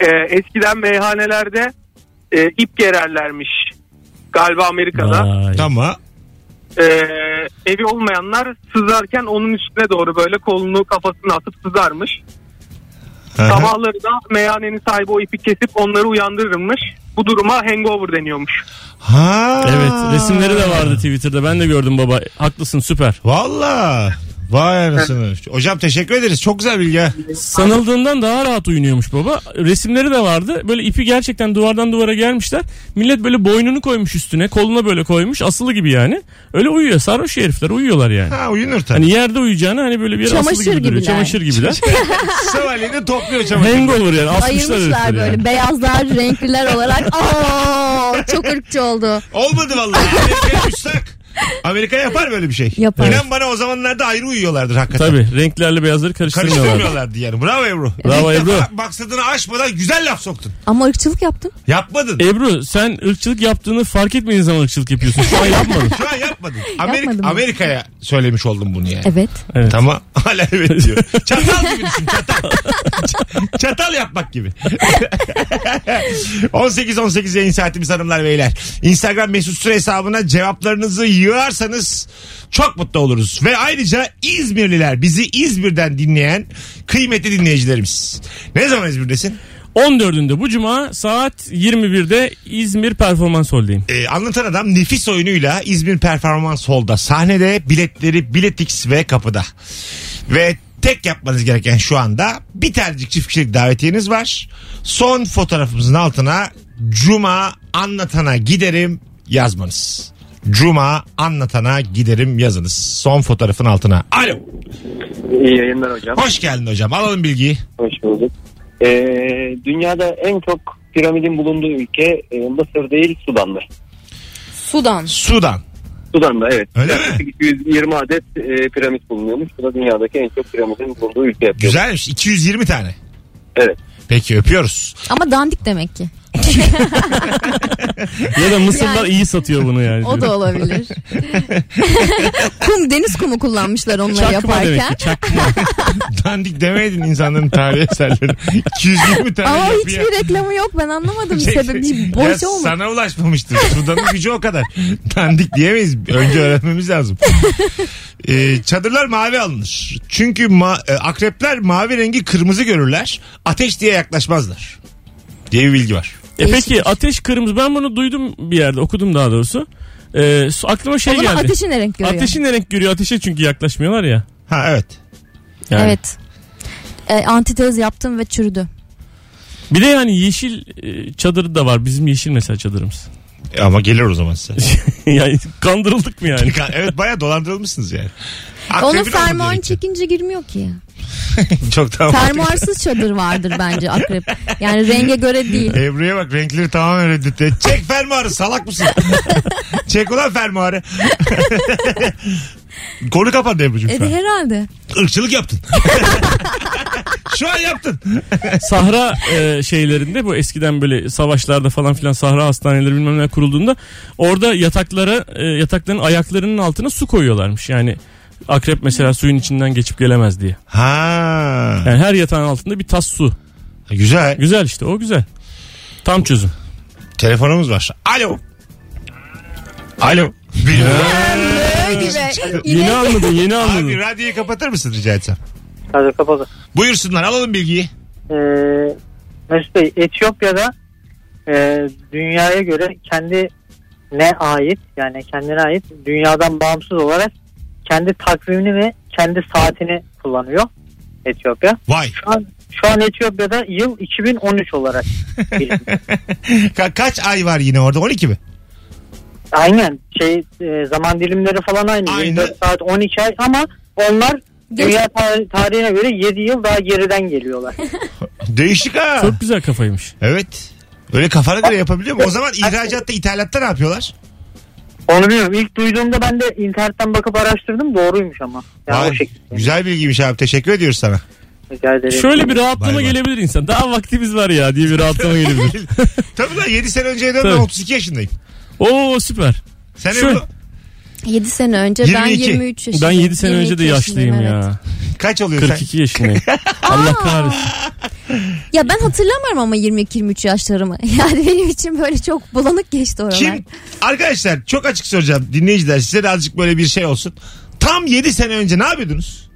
Speaker 7: Ee, eskiden meyhanelerde e, ip gererlermiş. Galiba Amerika'da.
Speaker 4: Vay.
Speaker 2: Tamam.
Speaker 7: Ee, evi olmayanlar sızarken onun üstüne doğru böyle kolunu kafasına atıp sızarmış.
Speaker 2: Hı hı.
Speaker 7: Sabahları da meyhanenin sahibi o ipi kesip onları uyandırırmış. Bu duruma hangover deniyormuş.
Speaker 2: Ha.
Speaker 4: Evet resimleri de vardı Twitter'da ben de gördüm baba. Haklısın süper.
Speaker 2: Valla. Vay anasını. Hocam teşekkür ederiz. Çok güzel bilgi. ha.
Speaker 4: Sanıldığından daha rahat uyunuyormuş baba. Resimleri de vardı. Böyle ipi gerçekten duvardan duvara gelmişler. Millet böyle boynunu koymuş üstüne. Koluna böyle koymuş. Asılı gibi yani. Öyle uyuyor. Sarhoş herifler uyuyorlar yani.
Speaker 2: Ha uyunur tabii.
Speaker 4: Hani yerde uyuyacağını hani böyle bir yere asılı
Speaker 3: Çamaşır
Speaker 4: gibi duruyor.
Speaker 3: gibiler.
Speaker 4: Çamaşır gibiler.
Speaker 2: Sabahleyin de topluyor çamaşır.
Speaker 4: Hangover yani. Asmışlar
Speaker 3: Ayırmışlar
Speaker 4: herifleri
Speaker 3: böyle
Speaker 4: yani.
Speaker 3: beyazlar renkliler olarak. Aa, çok ırkçı oldu.
Speaker 2: Olmadı vallahi. Amerika'ya uçsak. Amerika yapar böyle bir şey.
Speaker 3: Yapar.
Speaker 2: İnan bana o zamanlarda ayrı uyuyorlardır hakikaten.
Speaker 4: Tabii renklerle beyazları karıştırmıyorlar.
Speaker 2: Karıştırmıyorlardı yani. Bravo Ebru.
Speaker 4: Bravo Ebru.
Speaker 2: Maksadını aşmadan güzel laf soktun.
Speaker 3: Ama ırkçılık yaptım.
Speaker 2: Yapmadın.
Speaker 4: Ebru sen ırkçılık yaptığını fark etmediğin zaman ırkçılık yapıyorsun. Şu an yapmadın.
Speaker 2: Şu an yapmadın. Amerika,
Speaker 3: Yapmadım.
Speaker 2: Amerika'ya söylemiş oldum bunu yani.
Speaker 3: Evet.
Speaker 4: Evet.
Speaker 2: Tamam. Hala evet diyor. Çatal gibi düşün çatal. Ç- çatal yapmak gibi. 18-18 yayın saatimiz hanımlar beyler. Instagram mesut süre hesabına cevaplarınızı yığarsanız çok mutlu oluruz. Ve ayrıca İzmirliler bizi İzmir'den dinleyen kıymetli dinleyicilerimiz. Ne zaman İzmir'desin?
Speaker 4: 14'ünde bu cuma saat 21'de İzmir Performans Hall'deyim.
Speaker 2: Ee, anlatan adam nefis oyunuyla İzmir Performans Hall'da sahnede biletleri Biletix ve kapıda. Ve Tek yapmanız gereken şu anda bir tercih çift kişilik davetiyeniz var. Son fotoğrafımızın altına Cuma anlatana giderim yazmanız. Cuma anlatana giderim yazınız. Son fotoğrafın altına. Alo.
Speaker 5: İyi yayınlar hocam.
Speaker 2: Hoş geldin hocam. Alalım bilgiyi.
Speaker 5: Hoş bulduk. Ee, dünyada en çok piramidin bulunduğu ülke e, Mısır değil Sudan'dır.
Speaker 3: Sudan.
Speaker 2: Sudan.
Speaker 5: Sudan'da evet.
Speaker 2: Öyle mi?
Speaker 5: Yaklaşık 220 adet e, piramit bulunuyormuş. Bu da dünyadaki en çok piramidin bulunduğu ülke yapıyor.
Speaker 2: Güzelmiş. 220 tane.
Speaker 5: Evet.
Speaker 2: Peki öpüyoruz.
Speaker 3: Ama dandik demek ki.
Speaker 4: Ya da Mısırlar
Speaker 3: Yani-
Speaker 4: iyi satıyor bunu yani.
Speaker 3: O da olabilir. Kum deniz kumu kullanmışlar onları
Speaker 4: Çakma demek
Speaker 3: yaparken.
Speaker 4: ki E çakma.
Speaker 2: Dandik demeydin insanların tarih eserleri. 220 tane
Speaker 3: Ama
Speaker 2: yapıya-
Speaker 3: hiçbir reklamı yok ben anlamadım
Speaker 2: Şey-
Speaker 3: sebebi.
Speaker 2: Ya
Speaker 3: Boş olmuş.
Speaker 2: Sana ulaşmamıştır. Sudan'ın gücü o kadar. Dandik diyemeyiz. Önce öğrenmemiz lazım. Ee, çadırlar mavi alınır. Çünkü ma- e, akrepler mavi rengi kırmızı görürler. Ateş diye yaklaşmazlar. Diye bir bilgi var.
Speaker 4: e peki ateş
Speaker 3: şey.
Speaker 4: kırmızı. Ben bunu duydum bir yerde okudum daha doğrusu. Ee, su- aklıma şey
Speaker 3: O zaman
Speaker 4: geldi.
Speaker 3: ateşi ne renk görüyor?
Speaker 4: Ateşin ne renk görüyor? Ateşe çünkü yaklaşmıyorlar ya.
Speaker 2: Ha evet.
Speaker 4: Yani.
Speaker 3: Evet. E, antitez yaptım ve çürüdü.
Speaker 4: Bir de yani yeşil e, çadırı da var. Bizim yeşil mesela çadırımız.
Speaker 2: E, Ama gelir o zaman size.
Speaker 4: yani kandırıldık mı yani?
Speaker 2: evet bayağı dolandırılmışsınız yani.
Speaker 3: Onun
Speaker 4: Ah,
Speaker 2: Akrebin olmadığı
Speaker 3: fermuarını
Speaker 2: için.
Speaker 3: çekince girmiyor ki.
Speaker 2: Çok tamam.
Speaker 3: Fermuarsız çadır vardır bence akrep. Yani renge göre değil.
Speaker 2: Ebru'ya bak renkleri tamamen reddetti. Çek fermuarı salak mısın? Çek ulan fermuarı. Konu kapandı Ebru'cum
Speaker 3: E
Speaker 2: şu
Speaker 3: de
Speaker 2: an.
Speaker 3: herhalde.
Speaker 2: Irkçılık yaptın. şu an yaptın.
Speaker 4: Sahra e, şeylerinde bu eskiden böyle savaşlarda falan filan sahra hastaneleri bilmem ne kurulduğunda orada yataklara e, yatakların ayaklarının altına su koyuyorlarmış. Yani akrep mesela suyun içinden geçip gelemez diye.
Speaker 2: Ha.
Speaker 4: Yani her yatağın altında bir tas su.
Speaker 2: Güzel.
Speaker 4: Güzel işte o güzel. Tam çözüm.
Speaker 2: Telefonumuz var. Alo. Alo. Bilmiyorum.
Speaker 4: Yeni anladın yeni
Speaker 2: Abi
Speaker 4: anladın.
Speaker 2: radyoyu kapatır mısın rica etsem?
Speaker 7: Hadi kapalı.
Speaker 2: Buyursunlar alalım bilgiyi.
Speaker 7: Ee, Mesut Bey Etiyopya'da e, dünyaya göre kendi ne ait yani kendine ait dünyadan bağımsız olarak kendi takvimini ve kendi saatini kullanıyor Etiyopya.
Speaker 2: Vay.
Speaker 7: Şu an, şu an Etiyopya'da yıl 2013 olarak biliniyor.
Speaker 2: Ka- kaç ay var yine orada? 12 mi?
Speaker 7: Aynen şey e, zaman dilimleri falan aynı.
Speaker 2: Aynı.
Speaker 7: 24 saat 12 ay ama onlar
Speaker 3: Geç-
Speaker 7: dünya tar- tarihine göre 7 yıl daha geriden geliyorlar.
Speaker 2: Değişik ha.
Speaker 4: Çok güzel kafaymış.
Speaker 2: Evet. Öyle kafana göre yapabiliyor mu? O zaman ihracatta ithalatta ne yapıyorlar?
Speaker 7: Onu bilmiyorum. İlk duyduğumda ben de internetten bakıp araştırdım. Doğruymuş ama. Yani
Speaker 2: Vay,
Speaker 7: o şekilde.
Speaker 2: güzel bilgiymiş abi. Teşekkür ediyoruz sana.
Speaker 7: Rica ederim.
Speaker 4: Şöyle bir rahatlama
Speaker 2: Bay bay.
Speaker 4: gelebilir insan. Daha vaktimiz var ya diye bir rahatlama gelebilir.
Speaker 2: Tabii lan 7 sene önceye dön ben
Speaker 4: Tabii.
Speaker 2: 32 yaşındayım.
Speaker 4: Oo süper.
Speaker 2: Sen
Speaker 4: Şöyle-
Speaker 2: Ebru,
Speaker 3: 7 sene önce ben
Speaker 2: 22.
Speaker 3: 23 yaşındayım.
Speaker 4: Ben 7 sene önce de
Speaker 3: 22 yaşındayım,
Speaker 4: yaşlıyım
Speaker 3: evet.
Speaker 4: ya.
Speaker 2: kaç oluyor sen?
Speaker 4: 42 yaşındayım. Allah kahretsin.
Speaker 3: Ya ben hatırlamıyorum ama 22-23 yaşlarımı. Yani benim için böyle çok bulanık geçti oralar.
Speaker 2: Kim? Arkadaşlar çok açık soracağım dinleyiciler size de azıcık böyle bir şey olsun. Tam 7 sene önce ne yapıyordunuz?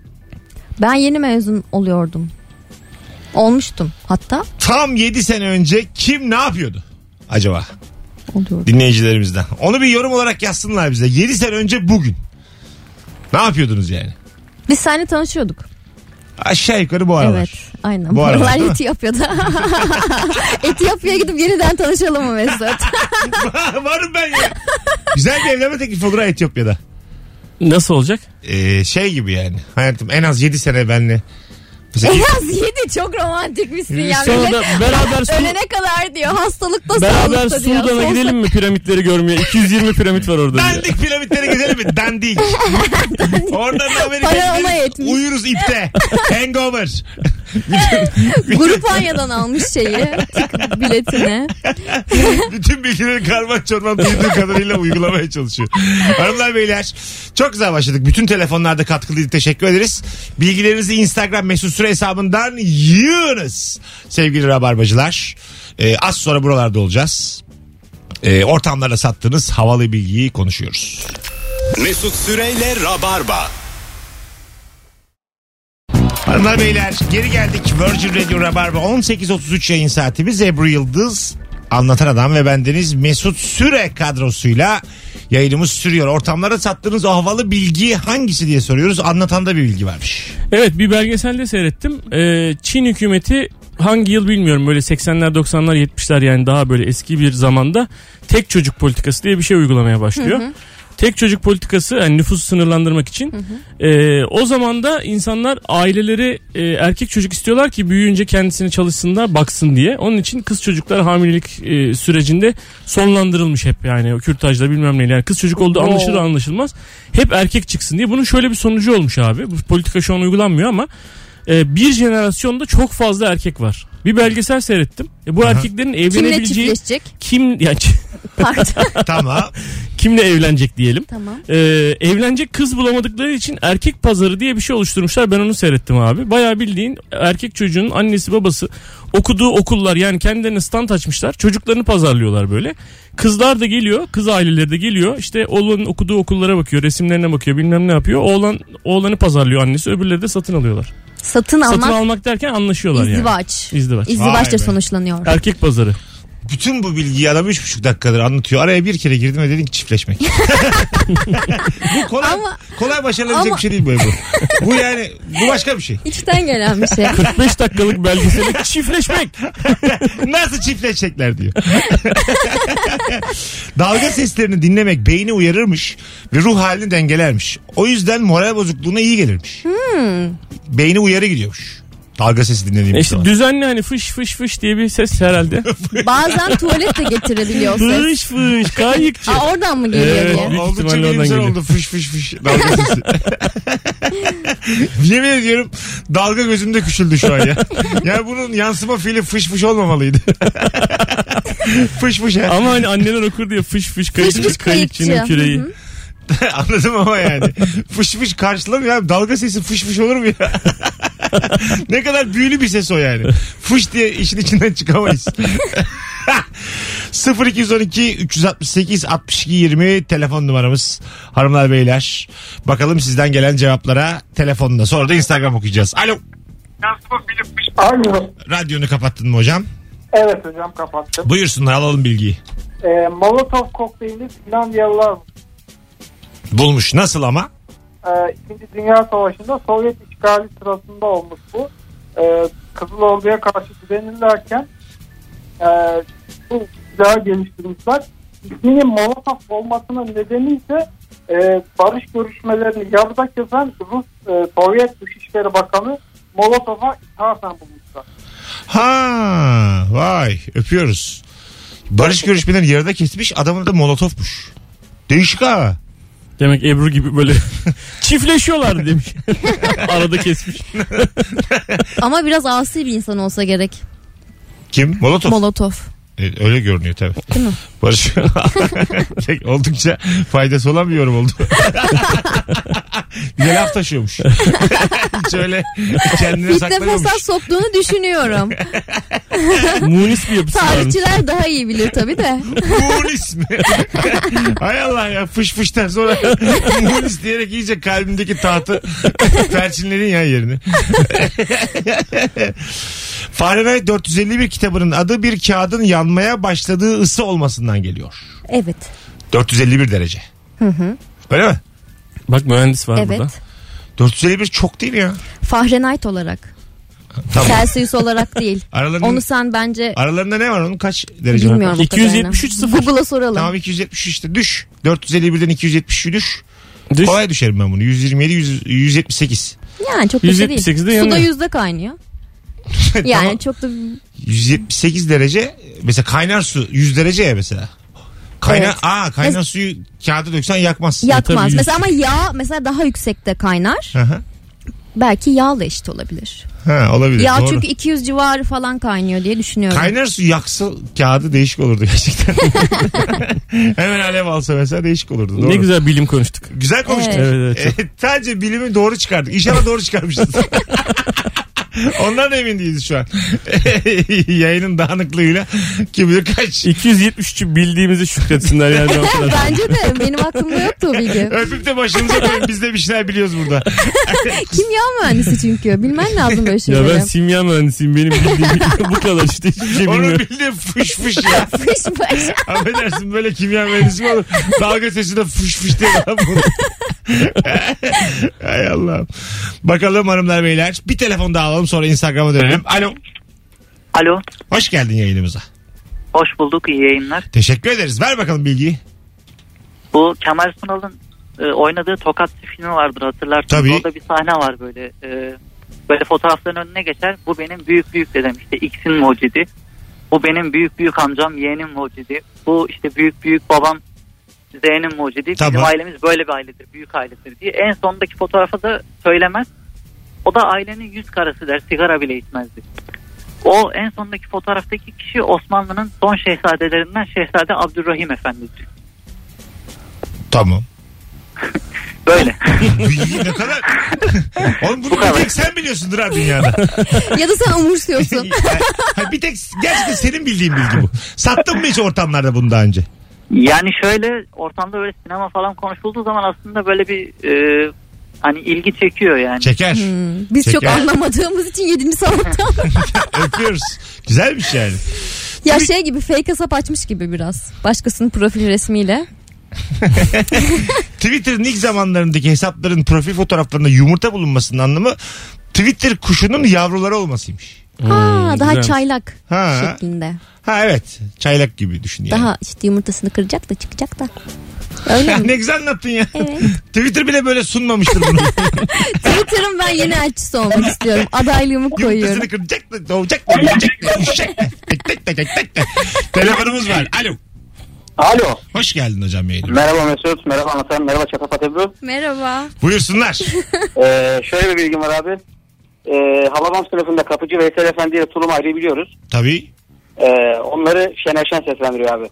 Speaker 3: Ben yeni mezun oluyordum. Olmuştum hatta.
Speaker 2: Tam 7 sene önce kim ne yapıyordu? Acaba
Speaker 3: Oluyordum.
Speaker 2: dinleyicilerimizden. Onu bir yorum olarak yazsınlar bize. 7 sene önce bugün. Ne yapıyordunuz yani?
Speaker 3: Biz seninle tanışıyorduk.
Speaker 2: Aşağı yukarı bu aralar.
Speaker 3: Evet. Aynen.
Speaker 2: Bu aralar, değil
Speaker 3: Buralar
Speaker 2: mi?
Speaker 3: Etiyopya'da. Etiyopya'ya gidip yeniden tanışalım mı Mesut?
Speaker 2: Varım ben ya. Güzel bir evlenme teklifi olur ha Etiyopya'da.
Speaker 4: Nasıl olacak?
Speaker 2: Ee, şey gibi yani. Hayatım en az 7 sene benle. Mesela
Speaker 3: en az 7 çok romantikmişsin ya.
Speaker 4: Sonra da beraber su-
Speaker 3: Ölene kadar diyor. Hastalıkta
Speaker 4: Beraber
Speaker 3: sağlıkta diyor.
Speaker 4: Sudan'a
Speaker 3: Sonsuza-
Speaker 4: gidelim mi piramitleri görmeye? 220 piramit var orada. diye.
Speaker 2: Dandik piramitlere gidelim mi? Dandik. Oradan da
Speaker 3: Para
Speaker 2: Amerika'ya
Speaker 3: ona
Speaker 2: gideriz,
Speaker 3: yetmiş.
Speaker 2: uyuruz ipte. Hangover.
Speaker 3: Grup Anya'dan almış şeyi. biletini.
Speaker 2: Bütün bilgileri karman çorman duyduğu kadarıyla uygulamaya çalışıyor. Hanımlar beyler çok güzel başladık. Bütün telefonlarda katkılıydı. Teşekkür ederiz. Bilgilerinizi Instagram mesut süre hesabından yığınız. Sevgili rabarbacılar. Ee, az sonra buralarda olacağız. Ee, ortamlarda sattığınız havalı bilgiyi konuşuyoruz.
Speaker 1: Mesut Süreyle Rabarba.
Speaker 2: Hanımlar beyler geri geldik Virgin Radio Rabarba 18.33 yayın saatimiz Ebru Yıldız Anlatan Adam ve bendeniz Mesut Süre kadrosuyla yayınımız sürüyor. Ortamlara sattığınız o havalı bilgi hangisi diye soruyoruz. Anlatan da bir bilgi varmış.
Speaker 4: Evet bir belgeselde seyrettim. Ee, Çin hükümeti hangi yıl bilmiyorum böyle 80'ler 90'lar 70'ler yani daha böyle eski bir zamanda tek çocuk politikası diye bir şey uygulamaya başlıyor. Tek çocuk politikası yani nüfusu sınırlandırmak için Ee, o zaman da insanlar aileleri e, erkek çocuk istiyorlar ki büyüyünce kendisini çalışsın da baksın diye. Onun için kız çocuklar hamilelik e, sürecinde sonlandırılmış hep yani o kürtajla bilmem neyle. Yani kız çocuk olduğu anlaşılır anlaşılmaz. Hep erkek çıksın diye. Bunun şöyle bir sonucu olmuş abi. Bu politika şu an uygulanmıyor ama e, bir jenerasyonda çok fazla erkek var. Bir belgesel seyrettim. E, bu erkeklerin
Speaker 3: Kimle
Speaker 4: evlenebileceği
Speaker 3: çiftleşecek?
Speaker 4: kim ya
Speaker 3: Pardon.
Speaker 2: tamam.
Speaker 4: kimle evlenecek diyelim.
Speaker 3: tamam.
Speaker 4: Ee, evlenecek kız bulamadıkları için erkek pazarı diye bir şey oluşturmuşlar. Ben onu seyrettim abi. Bayağı bildiğin erkek çocuğun annesi babası okuduğu okullar yani kendilerine stand açmışlar. Çocuklarını pazarlıyorlar böyle. Kızlar da geliyor. Kız aileleri de geliyor. İşte oğlanın okuduğu okullara bakıyor. Resimlerine bakıyor. Bilmem ne yapıyor. Oğlan oğlanı pazarlıyor annesi. Öbürleri de satın alıyorlar.
Speaker 3: Satın
Speaker 4: Satın
Speaker 3: almak
Speaker 4: almak derken anlaşıyorlar yani.
Speaker 3: izdivaç.
Speaker 4: İzdivaç.
Speaker 3: İzdivaçla
Speaker 2: Vay be.
Speaker 3: sonuçlanıyor.
Speaker 4: Erkek pazarı.
Speaker 2: Bütün bu bilgiyi adam 3,5 dakikadır anlatıyor. Araya bir kere girdim ve dedin ki çiftleşmek. bu kolay,
Speaker 3: Ama-
Speaker 2: kolay başarılabilecek
Speaker 3: ama-
Speaker 2: bir şey değil böyle bu. bu yani bu başka bir şey.
Speaker 3: İçten gelen bir şey.
Speaker 4: 45 dakikalık belgeseli çiftleşmek.
Speaker 2: Nasıl çiftleşecekler diyor. Dalga seslerini dinlemek beyni uyarırmış ve ruh halini dengelermiş. O yüzden moral bozukluğuna iyi gelirmiş. Beyni uyarı gidiyormuş. Dalga sesi
Speaker 4: E
Speaker 2: dinlediğimiz
Speaker 4: İşte
Speaker 2: zaman.
Speaker 4: düzenli hani fış fış fış diye bir ses herhalde.
Speaker 3: Bazen tuvalet de getirebiliyor ses.
Speaker 4: fış fış kayıkçı.
Speaker 3: Aa, oradan mı geliyor
Speaker 4: şey. Evet.
Speaker 3: diye.
Speaker 4: Büyük
Speaker 2: Oldu
Speaker 4: ihtimalle
Speaker 2: çünkü
Speaker 4: oradan
Speaker 2: güzel
Speaker 4: geliyor.
Speaker 2: oldu. Fış fış fış. Dalga sesi. Yemin ediyorum dalga gözümde küçüldü şu an ya. Yani bunun yansıma fiili fış fış olmamalıydı. fış fış ha.
Speaker 4: Ama hani anneler okur diye fış fış kayıkçı
Speaker 3: Fış fış
Speaker 4: kayıkçının
Speaker 3: kayıkçı.
Speaker 4: küreği.
Speaker 3: Hı hı.
Speaker 2: Anladım ama yani. Fış fış karşılamıyor abi. Dalga sesi fış fış olur mu ya? ne kadar büyülü bir ses o yani. Fış diye işin içinden çıkamayız. 0212 368 62 20 telefon numaramız hanımlar beyler. Bakalım sizden gelen cevaplara telefonla sonra da Instagram okuyacağız. Alo
Speaker 7: Alo.
Speaker 2: radyonu kapattın mı hocam?
Speaker 7: Evet hocam kapattım.
Speaker 2: Buyursunlar alalım bilgiyi.
Speaker 7: E, Molotov kokteyli Finlandiyalılar
Speaker 2: Bulmuş nasıl ama?
Speaker 7: e, İkinci Dünya Savaşı'nda Sovyet işgali sırasında olmuş bu. E, Kızıl Ordu'ya karşı direnirlerken e, bu silahı geliştirmişler. İsminin Molotov olmasının nedeni ise e, barış görüşmelerini yarıda kesen Rus e, Sovyet Dışişleri Bakanı Molotov'a ithafen bulmuşlar.
Speaker 2: Ha vay öpüyoruz. Barış görüşmelerini yarıda kesmiş adamın da molotofmuş. Değişik ha.
Speaker 4: Demek Ebru gibi böyle çiftleşiyorlar demiş. Arada kesmiş.
Speaker 3: Ama biraz asi bir insan olsa gerek.
Speaker 2: Kim? Molotof.
Speaker 3: Molotof.
Speaker 2: E, öyle görünüyor tabii.
Speaker 3: Değil mi?
Speaker 2: Barış Tek- oldukça faydası olan bir yorum oldu. Güzel laf taşıyormuş. Hiç öyle kendine
Speaker 3: İlk defa
Speaker 2: saklamıyormuş.
Speaker 3: sen soktuğunu düşünüyorum.
Speaker 4: Munis bir yapısı varmış.
Speaker 3: Tarihçiler daha iyi bilir tabii de.
Speaker 2: Muğlis mi? Hay Allah ya fış fıştan sonra Muğlis diyerek iyice kalbimdeki tahtı perçinledin ya yerini. Fahrenheit 451 kitabının adı bir kağıdın yanmaya başladığı ısı olmasından geliyor.
Speaker 3: Evet.
Speaker 2: 451 derece. Öyle mi?
Speaker 4: Bak mühendis var burada.
Speaker 3: Evet.
Speaker 2: 451 çok değil ya.
Speaker 3: Fahrenheit olarak.
Speaker 2: Tamam.
Speaker 3: Celsius olarak değil.
Speaker 2: Aralarında,
Speaker 3: Onu sen bence
Speaker 2: aralarında ne var onun kaç derece? var?
Speaker 3: bilmiyorum. o kadarını.
Speaker 4: 273 sıfır.
Speaker 3: Google'a soralım.
Speaker 2: Tamam 273 işte düş. 451'den 273 düş.
Speaker 4: Düş.
Speaker 2: Kolay düşerim ben bunu. 127 100, 178.
Speaker 3: Yani çok da şey değil.
Speaker 4: 178'de
Speaker 3: Suda
Speaker 4: yanıyor.
Speaker 3: yüzde kaynıyor. Yani
Speaker 2: Tamam.
Speaker 3: çok da
Speaker 2: 178 derece mesela kaynar su 100 derece ya mesela. Kaynar
Speaker 3: Evet.
Speaker 2: aa kaynar
Speaker 3: Mes-
Speaker 2: suyu kağıda döksen yakmaz.
Speaker 4: E,
Speaker 2: E,
Speaker 4: tabii
Speaker 3: E, yakmaz.
Speaker 4: yüz-
Speaker 3: Mesela ama yağ mesela daha yüksekte kaynar.
Speaker 2: Hı hı.
Speaker 3: Belki yağla eşit olabilir.
Speaker 2: Ha, olabilir.
Speaker 3: yağ
Speaker 2: doğru.
Speaker 3: çünkü 200 civarı falan kaynıyor diye düşünüyorum.
Speaker 2: Kaynar su yaksa kağıdı değişik olurdu gerçekten. Hemen alev alsa mesela değişik olurdu. Doğru.
Speaker 4: Ne güzel bilim konuştuk.
Speaker 2: Güzel konuştuk. E,
Speaker 4: Evet, evet,
Speaker 2: Sadece bilimi doğru çıkardık. İnşallah doğru çıkarmışız. Ondan da emin değiliz şu an. Yayının dağınıklığıyla kim bilir kaç.
Speaker 4: 273'ü bildiğimizi şükretsinler yani. o kadar.
Speaker 3: Bence de benim aklımda yoktu o bilgi.
Speaker 2: Öpüp de başınıza koyun. Biz de bir şeyler biliyoruz burada.
Speaker 3: Kimya mühendisi çünkü. Bilmen lazım böyle
Speaker 4: ya
Speaker 3: şeyleri.
Speaker 4: ben simya mühendisiyim. Benim bildiğim bu kadar işte hiçbir şey
Speaker 2: Onu
Speaker 4: bilmiyorum.
Speaker 2: bildim fış fış ya.
Speaker 3: Fış fış.
Speaker 2: Affedersin böyle kimya mühendisi mi olur? Dalga sesi de fış fış diye lan bunu. Hay Allah'ım. Bakalım hanımlar beyler. Bir telefon daha alalım sonra Instagram'a dönelim. Alo.
Speaker 8: Alo,
Speaker 2: Hoş geldin yayınımıza.
Speaker 8: hoş bulduk, iyi yayınlar.
Speaker 2: Teşekkür ederiz. Ver bakalım bilgiyi.
Speaker 8: Bu Kemal Sunal'ın e, oynadığı Tokat filmi vardır hatırlarsınız.
Speaker 2: Tabii.
Speaker 8: Orada bir sahne var böyle. e, böyle fotoğrafların önüne geçer. Bu benim büyük büyük dedem işte X'in mucidi. Bu benim büyük büyük amcam Y'nin mucidi. Bu işte büyük büyük babam Z'nin mucidi.
Speaker 2: Tamam.
Speaker 8: Bizim ailemiz böyle bir ailedir, büyük ailedir diye. En sondaki fotoğrafa da söylemez. O da ailenin yüz karası der, sigara bile içmezdi. O en sondaki fotoğraftaki kişi Osmanlı'nın son şehzadelerinden Şehzade Abdurrahim Efendi'dir.
Speaker 2: Tamam.
Speaker 8: Böyle.
Speaker 2: Bilgi ne kadar... Oğlum bunu
Speaker 8: Bu kadar.
Speaker 2: bir tek sen biliyorsundur ha dünyada.
Speaker 3: Ya da sen umursuyorsun.
Speaker 2: Ha, bir tek gerçekten senin bildiğin bilgi bu. Sattın mı hiç ortamlarda bunu daha önce?
Speaker 8: Yani şöyle ortamda böyle sinema falan konuşulduğu zaman aslında böyle bir e, hani ilgi çekiyor yani.
Speaker 2: Çeker.
Speaker 8: Hmm.
Speaker 3: Biz çok
Speaker 2: Çeker.
Speaker 3: anlamadığımız için yedinci sanatta.
Speaker 2: Öpüyoruz. Güzelmiş yani.
Speaker 3: ya şey gibi fake hesap açmış gibi biraz. Başkasının profil resmiyle.
Speaker 2: Twitter'ın ilk zamanlarındaki hesapların profil fotoğraflarında yumurta bulunmasının anlamı Twitter kuşunun yavruları olmasıymış.
Speaker 3: Aa, daha
Speaker 4: Hmm, güzelmiş.
Speaker 3: çaylak
Speaker 2: Ha.
Speaker 3: şeklinde.
Speaker 2: Ha evet. Çaylak gibi düşün yani.
Speaker 3: Daha işte yumurtasını kıracak da çıkacak da. Öyle mi?
Speaker 2: ne güzel anlattın ya.
Speaker 3: Evet.
Speaker 2: Twitter bile böyle sunmamıştır bunu.
Speaker 3: Twitter'ın ben yeni elçisi olmak istiyorum. Adaylığımı koyuyorum.
Speaker 2: Yumurtasını kıracak da doğacak da yiyecek da düşecek de. Tek tek tek tek tek de. Telefonumuz var. Alo.
Speaker 9: Alo.
Speaker 2: Hoş geldin hocam yayınıma.
Speaker 9: Merhaba Mesut. Merhaba Anlatan. Merhaba Çatapat Ebru.
Speaker 3: Merhaba.
Speaker 2: Buyursunlar.
Speaker 9: Ee, şöyle bir bilgim var abi. Ee, Hababam sınıfında kapıcı Veysel Efendi ile Tulum Ayrı'yı biliyoruz.
Speaker 2: Tabii.
Speaker 9: Ee, onları Şener Şen seslendiriyor abi.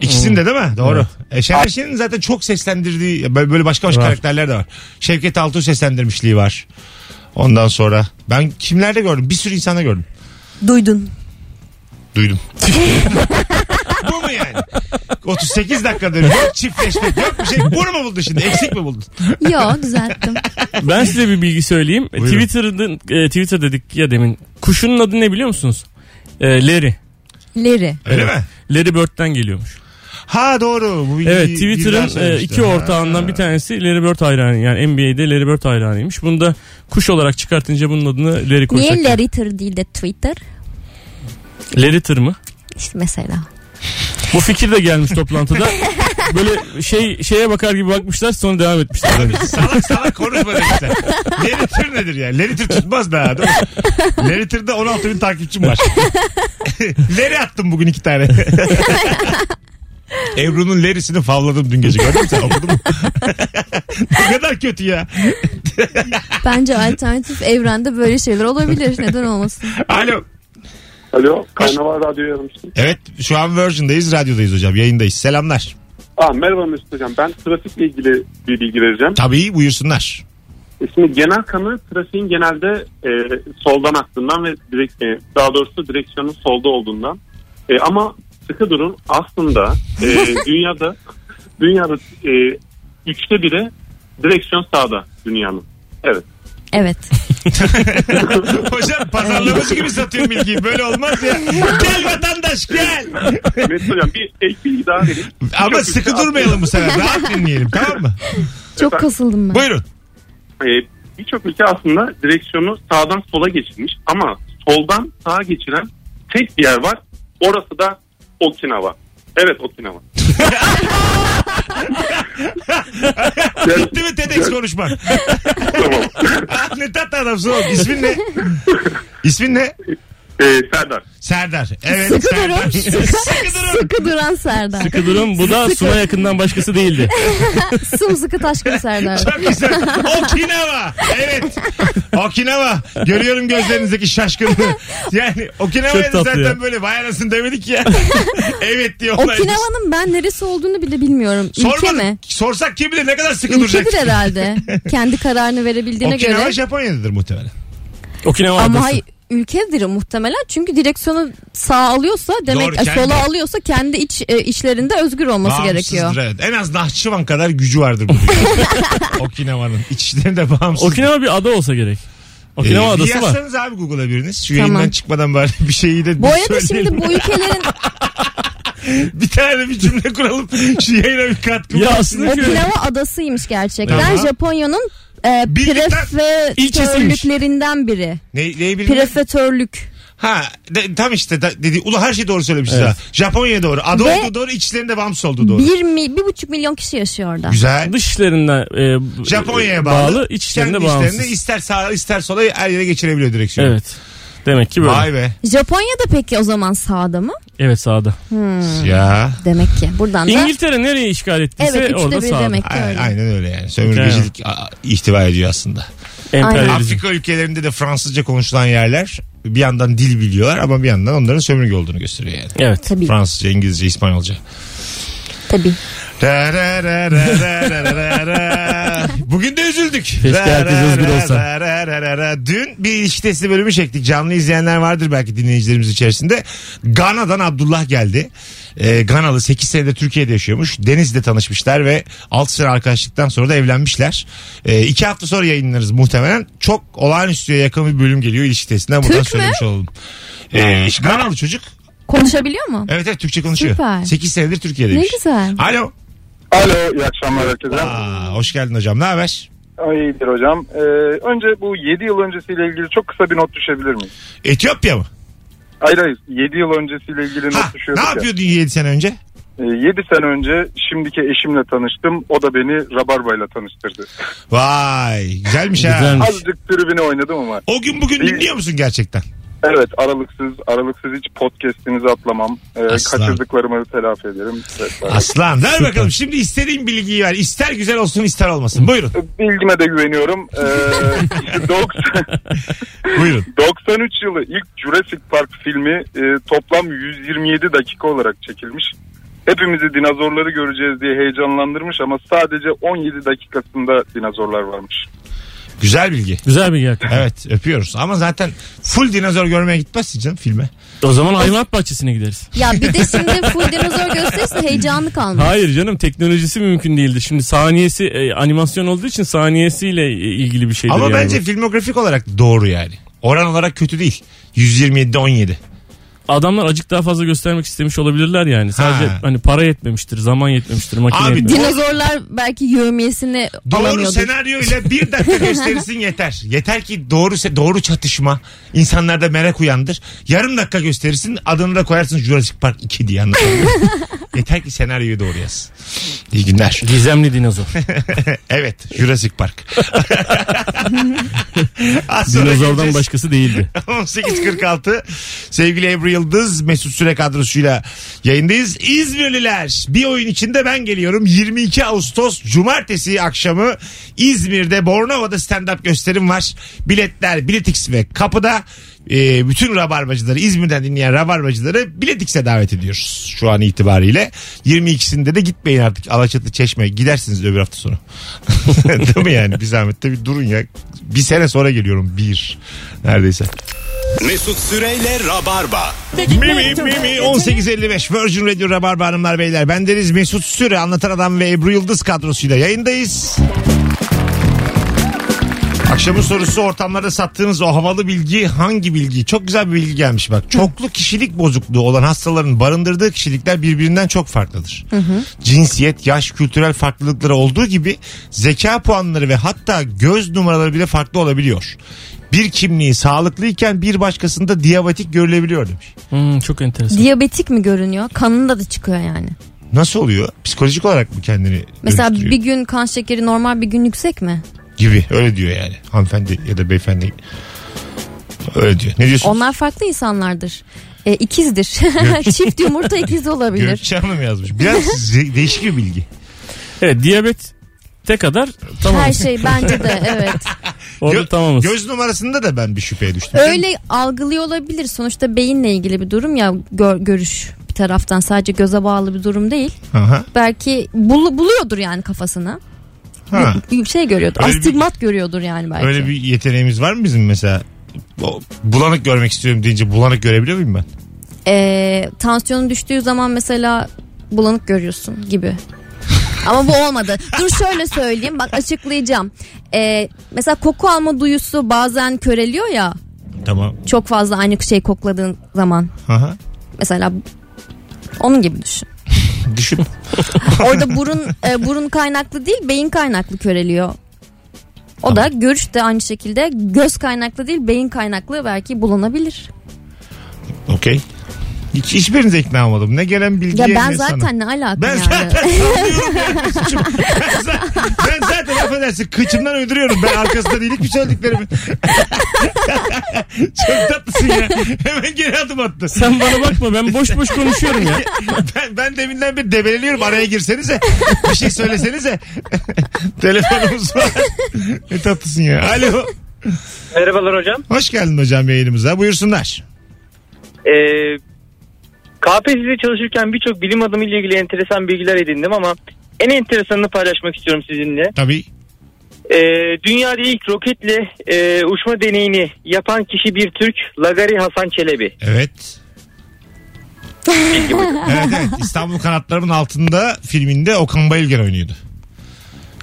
Speaker 2: İkisini
Speaker 4: Hmm.
Speaker 2: de değil mi? Doğru. E, Şener Şen'in zaten çok seslendirdiği böyle böyle başka başka
Speaker 4: Var.
Speaker 2: karakterler de var. Şevket Altun seslendirmişliği var. Ondan sonra ben kimlerde gördüm? Bir sürü insanda gördüm.
Speaker 3: Duydun.
Speaker 2: Duydum. Bu mu yani? 38 dakika dönüyor. Yok çiftleşmek yok bir şey. Bunu mu buldun şimdi? Eksik mi buldun?
Speaker 3: Yo düzelttim.
Speaker 4: Ben size bir bilgi söyleyeyim.
Speaker 2: Buyurun.
Speaker 4: Twitter'ın e, Twitter dedik ya demin. Kuşunun adı ne biliyor musunuz? E, Larry.
Speaker 3: Leri.
Speaker 2: Öyle
Speaker 4: Evet.
Speaker 2: mi?
Speaker 4: Larry Bird'den geliyormuş.
Speaker 2: Ha doğru. Bu bilgiyi
Speaker 4: Evet
Speaker 2: birileri
Speaker 4: Twitter'ın e,
Speaker 2: söylemişti.
Speaker 4: iki ortağından
Speaker 2: Ha.
Speaker 4: bir tanesi Larry Bird hayranı. Yani NBA'de Larry Bird hayranıymış. Bunu da kuş olarak çıkartınca bunun adını Larry koyacak.
Speaker 3: Niye Larry Tır değil de Twitter?
Speaker 4: Larry Tır mı?
Speaker 3: İşte mesela.
Speaker 4: Bu fikir de gelmiş toplantıda. Böyle şey şeye bakar gibi bakmışlar sonra devam etmişler.
Speaker 2: salak salak konuşma demişler. Leritir nedir ya? Leritir tutmaz da değil mi? Leritir'de 16 bin takipçim var. Leri attım bugün iki tane. Ebru'nun lerisini favladım dün gece gördün mü sen okudun mu? ne kadar kötü ya.
Speaker 3: Bence alternatif evrende böyle şeyler olabilir. Neden olmasın?
Speaker 2: Alo.
Speaker 10: Alo,
Speaker 2: Karnaval
Speaker 10: Radyo'yu aramıştım.
Speaker 2: Evet şu an Virgin'dayız radyodayız hocam yayındayız. Selamlar.
Speaker 10: Aa, merhaba Mesut Hocam. Ben trafikle ilgili bir bilgi vereceğim.
Speaker 2: Tabii buyursunlar.
Speaker 10: E, Şimdi genel kanı trafiğin genelde e, soldan aktığından ve direkt, e, daha doğrusu direksiyonun solda olduğundan. E, ama sıkı durun aslında e, dünyada dünyada e, üçte biri direksiyon sağda dünyanın. Evet.
Speaker 3: Evet.
Speaker 2: Hocam pazarlamacı gibi satıyorum bilgiyi böyle olmaz ya. Gel vatandaş gel.
Speaker 10: Mesut Hocam bir ek bilgi daha vereyim.
Speaker 2: Ama
Speaker 10: Çok
Speaker 2: sıkı
Speaker 10: güzel.
Speaker 2: durmayalım bu sefer rahat dinleyelim tamam mı?
Speaker 3: Çok kasıldım ben.
Speaker 2: Buyurun.
Speaker 10: e, birçok ülke aslında direksiyonu sağdan sola geçirmiş ama soldan sağa geçiren tek bir yer var. Orası da Okinawa. Evet Okinawa. Yani-
Speaker 2: Bitti mi TEDx konuşmak?
Speaker 10: tamam.
Speaker 2: ne tatlı adamsın oğlum. İsmin ne? İsmin ne?
Speaker 10: E, Serdar.
Speaker 2: Serdar. Evet.
Speaker 3: Sıkı
Speaker 2: Serdar.
Speaker 3: durun.
Speaker 2: Sıkı durun.
Speaker 3: Sıkı duran Serdar.
Speaker 4: Sıkı durun bu da Suna yakından başkası değildi.
Speaker 3: Sımsıkı taşkın Serdar.
Speaker 2: Çok güzel. Okinawa. Evet. Okinawa. Görüyorum gözlerinizdeki şaşkınlığı. Yani Okinawa'ya
Speaker 4: Çok
Speaker 2: da
Speaker 4: tatlı
Speaker 2: zaten
Speaker 4: ya.
Speaker 2: böyle vay anasını demedik ya. evet diye olay.
Speaker 3: Okinawa'nın ben neresi olduğunu bile bilmiyorum. Ülke
Speaker 2: Sormadık.
Speaker 3: mi?
Speaker 2: Sorsak kim bilir ne kadar sıkı duracak.
Speaker 3: Ülkedir herhalde. Kendi kararını verebildiğine
Speaker 2: Okinawa
Speaker 3: göre.
Speaker 2: Japonya'dadır muhtemelen.
Speaker 4: Okinawa
Speaker 3: Ama
Speaker 4: adası.
Speaker 3: hayır ülkedir muhtemelen çünkü direksiyonu sağa alıyorsa demek
Speaker 2: Doğru,
Speaker 3: e,
Speaker 2: kendi-
Speaker 3: sola alıyorsa kendi iç e, işlerinde özgür olması
Speaker 2: Bağımsızdır,
Speaker 3: gerekiyor.
Speaker 2: Evet. En az Nahçıvan kadar gücü vardır bu dünyada. Okinawa'nın. İçişlerinde bağımsız.
Speaker 4: Okinawa bir ada olsa gerek. Okinawa
Speaker 2: Ee, bir
Speaker 4: adası var.
Speaker 2: yazsanız abi Google'a biriniz. Şu
Speaker 3: Tamam.
Speaker 2: yayından çıkmadan bari bir şeyi de
Speaker 3: Bu
Speaker 2: bir
Speaker 3: arada
Speaker 2: söyleyelim.
Speaker 3: şimdi bu ülkelerin
Speaker 2: bir tane bir cümle kuralım. Şu yayına bir katkı.
Speaker 4: Ya
Speaker 2: bulunsun.
Speaker 4: aslında şöyle-
Speaker 3: Okinawa e, adasıymış gerçekten.
Speaker 2: Aha.
Speaker 3: Japonya'nın e,
Speaker 2: Birlikten-
Speaker 4: İlçesiymiş.
Speaker 3: prefetörlüklerinden biri.
Speaker 2: Ne, neyi bilmiyorum.
Speaker 3: Prefetörlük.
Speaker 2: Ha de- tam işte da- dedi. Ulu her şey doğru söylemişiz
Speaker 4: Evet.
Speaker 2: ha. Japonya'ya doğru. Ada
Speaker 3: Ve-
Speaker 2: olduğu doğru. içlerinde bağımsız olduğu doğru.
Speaker 3: Bir, mi, bir buçuk milyon kişi yaşıyor orada.
Speaker 2: Güzel.
Speaker 4: Dışlarına e,
Speaker 2: Japonya'ya bağlı.
Speaker 4: iç işlerine
Speaker 2: Kendi
Speaker 4: bağımsız.
Speaker 2: işlerinde ister sağa ister sola her yere geçirebiliyor direksiyonu.
Speaker 4: Evet. Demek ki böyle.
Speaker 2: Vay be.
Speaker 3: Japonya'da peki o zaman sağda mı?
Speaker 4: Evet sağda.
Speaker 2: Ya.
Speaker 3: Demek ki buradan da
Speaker 4: İngiltere nereye işgal ettiyse
Speaker 3: evet üçte
Speaker 4: orada
Speaker 3: bir
Speaker 4: sağda.
Speaker 3: demek ki
Speaker 2: Ay-
Speaker 3: öyle.
Speaker 2: Aynen öyle yani. Sömürgecilik a- ihtiva ediyor aslında.
Speaker 4: Emperyalizm.
Speaker 2: Afrika ülkelerinde de Fransızca konuşulan yerler bir yandan dil biliyorlar ama bir yandan onların sömürge olduğunu gösteriyor yani.
Speaker 4: Evet.
Speaker 3: Tabii
Speaker 2: Fransızca, İngilizce, İspanyolca.
Speaker 3: tabii.
Speaker 2: Ra ra ra ra ra ra ra ra ra. Bugün de üzüldük.
Speaker 4: Keşke
Speaker 2: Ra
Speaker 4: herkes
Speaker 2: ra
Speaker 4: özgür
Speaker 2: ra
Speaker 4: olsa.
Speaker 2: ra ra ra ra ra. Dün bir ilişki testi bölümü çektik. Canlı izleyenler vardır belki dinleyicilerimiz içerisinde. Gana'dan Abdullah geldi. Ee, Ganalı 8 senede Türkiye'de yaşıyormuş. Deniz'le tanışmışlar ve 6 sene arkadaşlıktan sonra da evlenmişler. 2 hafta sonra yayınlarız muhtemelen. Çok olağanüstüye yakın bir bölüm geliyor ilişki testinden. Buradan
Speaker 3: Türk mü?
Speaker 2: söylemiş olalım. Ee, Ganalı çocuk.
Speaker 3: Konuşabiliyor mu?
Speaker 2: Evet evet Türkçe konuşuyor.
Speaker 3: Süper.
Speaker 2: 8 senedir
Speaker 3: Ne
Speaker 2: Türkiye'deymiş.
Speaker 3: güzel.
Speaker 2: Alo.
Speaker 10: Alo iyi akşamlar herkese.
Speaker 2: Aa, hoş geldin hocam. Ne haber?
Speaker 10: Ay, iyidir hocam. Ee, önce bu 7 yıl öncesiyle ilgili çok kısa bir not düşebilir miyim?
Speaker 2: Etiyopya mı?
Speaker 10: Hayır hayır 7 yıl öncesiyle ilgili
Speaker 2: Ha,
Speaker 10: not
Speaker 2: ne
Speaker 7: şey
Speaker 10: düşüyorduk ya.
Speaker 2: yapıyordun 7 sene önce?
Speaker 10: Ee, 7 sene önce şimdiki eşimle tanıştım. O da beni Rabarba'yla tanıştırdı.
Speaker 2: Vay güzelmiş ha.
Speaker 4: Güzelmiş.
Speaker 10: Azıcık tribüne oynadım ama.
Speaker 2: O gün bugün dinliyor musun gerçekten?
Speaker 10: Evet aralıksız aralıksız hiç podcast'inizi atlamam. Ee,
Speaker 2: Aslan.
Speaker 10: kaçırdıklarımı telafi ederim. Evet, evet.
Speaker 2: Aslan ver bakalım şimdi istediğin bilgiyi ver. İster güzel olsun ister olmasın. Buyurun.
Speaker 10: Ee, Bilgime de güveniyorum. Ee, 90,
Speaker 2: Buyurun.
Speaker 10: 93 yılı ilk Jurassic Park filmi e, toplam 127 dakika olarak çekilmiş. Hepimizi dinozorları göreceğiz diye heyecanlandırmış ama sadece 17 dakikasında dinozorlar varmış.
Speaker 2: Güzel bilgi.
Speaker 4: Güzel bir yer.
Speaker 2: Evet öpüyoruz ama zaten full dinozor görmeye gitmezsin canım filme.
Speaker 4: O zaman hayvanat bahçesine gideriz.
Speaker 3: Ya bir de şimdi full dinozor gösterirse heyecanı kalmaz.
Speaker 4: Hayır canım teknolojisi mümkün değildi. Şimdi saniyesi e, animasyon olduğu için saniyesiyle e, ilgili bir şeydir.
Speaker 2: ama
Speaker 4: yani
Speaker 2: bence filmografik olarak doğru yani. Oran olarak kötü değil. 127'de 17.
Speaker 4: bu. adamlar acık daha fazla göstermek istemiş olabilirler yani. Sadece
Speaker 2: Ha.
Speaker 4: hani para yetmemiştir, zaman yetmemiştir, makine
Speaker 2: Abi,
Speaker 4: yetmemiştir.
Speaker 3: Dinozorlar belki yövmiyesini
Speaker 2: Doğru
Speaker 3: alamıyordu.
Speaker 2: senaryo ile bir dakika gösterirsin yeter. Yeter ki doğru se- doğru çatışma. İnsanlarda merak uyandır. Yarım dakika gösterirsin adını da koyarsın Jurassic Park 2 diye anlatabiliyor muyum? Yeter ki senaryoyu doğru yaz. İyi günler.
Speaker 4: Gizemli dinozor.
Speaker 2: Evet Jurassic Park. Az sonra
Speaker 4: Dinozordan
Speaker 2: geleceğiz.
Speaker 4: başkası değildi.
Speaker 2: 18.46 sevgili Ebru Yıldız Mesut Süre kadrosuyla yayındayız. İzmirliler bir oyun içinde ben geliyorum. 22 Ağustos Cumartesi akşamı İzmir'de Bornova'da stand-up gösterim var. Biletler Biletix ve kapıda e, bütün rabarbacıları İzmir'den dinleyen rabarbacıları Biletix'e davet ediyoruz şu an itibariyle. 22'sinde de gitmeyin artık Alaçatı Çeşme gidersiniz öbür hafta sonu. Değil mi yani bir zahmet de bir durun ya. Bir sene sonra geliyorum bir neredeyse.
Speaker 1: Mesut Süreyle Rabarba.
Speaker 2: Mimi Mimi 1855 Virgin Radio Rabarba Hanımlar Beyler. Bendeniz Mesut Süre Anlatan Adam ve Ebru Yıldız kadrosuyla yayındayız. Akşamın sorusu ortamlarda sattığınız o havalı bilgi hangi bilgi? Çok güzel bir bilgi gelmiş bak. Çoklu kişilik bozukluğu olan hastaların barındırdığı kişilikler birbirinden çok farklıdır. Cinsiyet, yaş, kültürel farklılıkları olduğu gibi zeka puanları ve hatta göz numaraları bile farklı olabiliyor. Bir kimliği sağlıklıyken bir başkasında diyabetik görülebiliyor demiş.
Speaker 4: Hmm, çok enteresan.
Speaker 3: Diyabetik mi görünüyor? Kanında da çıkıyor yani.
Speaker 2: Nasıl oluyor? Psikolojik olarak mı kendini
Speaker 3: Mesela
Speaker 2: dönüştürüyor?
Speaker 3: bir gün kan şekeri normal bir gün yüksek mi?
Speaker 2: gibi öyle diyor yani. Hanımefendi ya da beyefendi öyle diyor. Ne diyorsun?
Speaker 3: Onlar farklı insanlardır. E, ikizdir. Çift yumurta ikizi olabilir.
Speaker 2: Gökçe Hanım yazmış. Biraz ze- değişik bir bilgi.
Speaker 4: Evet diyabet te kadar tamam.
Speaker 3: Her şey bence de evet.
Speaker 4: Orada
Speaker 2: Gö-
Speaker 4: tamamız.
Speaker 2: Göz numarasında da ben bir şüpheye düştüm.
Speaker 3: Öyle algılıyor olabilir. Sonuçta beyinle ilgili bir durum ya gör- görüş bir taraftan sadece göze bağlı bir durum değil.
Speaker 2: Aha.
Speaker 3: Belki bul- buluyordur yani kafasını.
Speaker 2: Ha.
Speaker 3: Bir şey görüyordur.
Speaker 2: Öyle bir-
Speaker 3: Astigmat görüyordur yani belki.
Speaker 2: Öyle bir yeteneğimiz var mı bizim mesela? o- bulanık görmek istiyorum deyince bulanık görebiliyor muyum ben?
Speaker 3: Ee, tansiyonun düştüğü zaman mesela bulanık görüyorsun gibi. Ama bu olmadı. Dur şöyle söyleyeyim bak açıklayacağım. Ee, mesela koku alma duyusu bazen köreliyor ya.
Speaker 2: Tamam.
Speaker 3: Çok fazla aynı şey kokladığın zaman.
Speaker 2: Aha.
Speaker 3: Mesela onun gibi düşün.
Speaker 2: Düşün.
Speaker 3: Orada burun e, burun kaynaklı değil beyin kaynaklı köreliyor. O da görüş de aynı şekilde göz kaynaklı değil beyin kaynaklı belki bulunabilir.
Speaker 2: Okey. Hiç, hiçbirinize ikna olmadım. Ne gelen bilgiye
Speaker 3: Ya ben
Speaker 2: ne sana.
Speaker 3: zaten ne alaka
Speaker 2: Ben
Speaker 3: yani.
Speaker 2: zaten sanıyorum yani suçum. Ben, zaten, ben zaten affedersin kıçımdan uyduruyorum. Ben arkasında değilik mi söylediklerimi? Çok tatlısın ya. Hemen geri adım attı.
Speaker 4: Sen bana bakma ben boş boş konuşuyorum ya.
Speaker 2: Ben, ben deminden beri debeleniyorum. Araya girsenize. Bir şey söylesenize. Telefonumuz var. Ne tatlısın ya. Alo.
Speaker 5: Merhabalar hocam.
Speaker 2: Hoş geldin hocam yayınımıza. Buyursunlar.
Speaker 5: Ee, KPSS'de çalışırken birçok bilim adamı ile ilgili enteresan bilgiler edindim ama en enteresanını paylaşmak istiyorum sizinle.
Speaker 2: Tabii.
Speaker 5: Ee, dünyada ilk roketle e, uçma deneyini yapan kişi bir Türk Lagari Hasan Çelebi.
Speaker 2: Evet. evet evet. İstanbul Kanatlarımın Altında filminde Okan Bayülgen oynuyordu.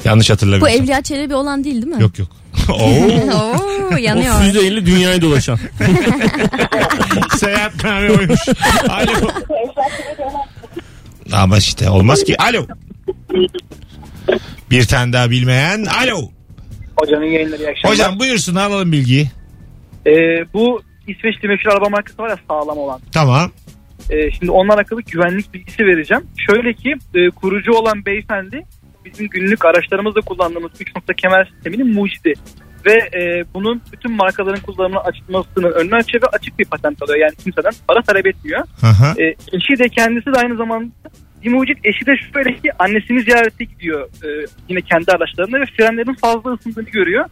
Speaker 2: Yanlış
Speaker 3: Bu
Speaker 2: hatırlamıyorsam.
Speaker 3: Evliya Çelebi olan değil değil mi?
Speaker 2: Yok yok. Oo,
Speaker 3: Oo,
Speaker 4: O
Speaker 3: yanıyor.
Speaker 4: füzeyle dünyayı dolaşan.
Speaker 2: seyahatname oymuş. Alo. Ama işte olmaz ki. Alo. Bir tane daha bilmeyen. Alo.
Speaker 9: Hocanın yayınları iyi akşamlar.
Speaker 2: Hocam buyursun alalım bilgiyi.
Speaker 9: Ee, bu İsveçli meşhur araba markası var ya sağlam olan.
Speaker 2: Tamam.
Speaker 9: Ee, şimdi onunla alakalı güvenlik bilgisi vereceğim. Şöyle ki e, kurucu olan beyefendi bizim günlük araçlarımızda kullandığımız 3 nokta kemer sisteminin mucidi. Ve e, bunun bütün markaların kullanımına açılmasının önünü açıyor ve açık bir patent alıyor. Yani kimseden para talep etmiyor.
Speaker 2: Aha.
Speaker 9: E, eşi de kendisi de aynı zamanda bir mucit eşi de şöyle ki annesini ziyarete gidiyor e, yine kendi araçlarında ve frenlerin fazla ısındığını görüyor.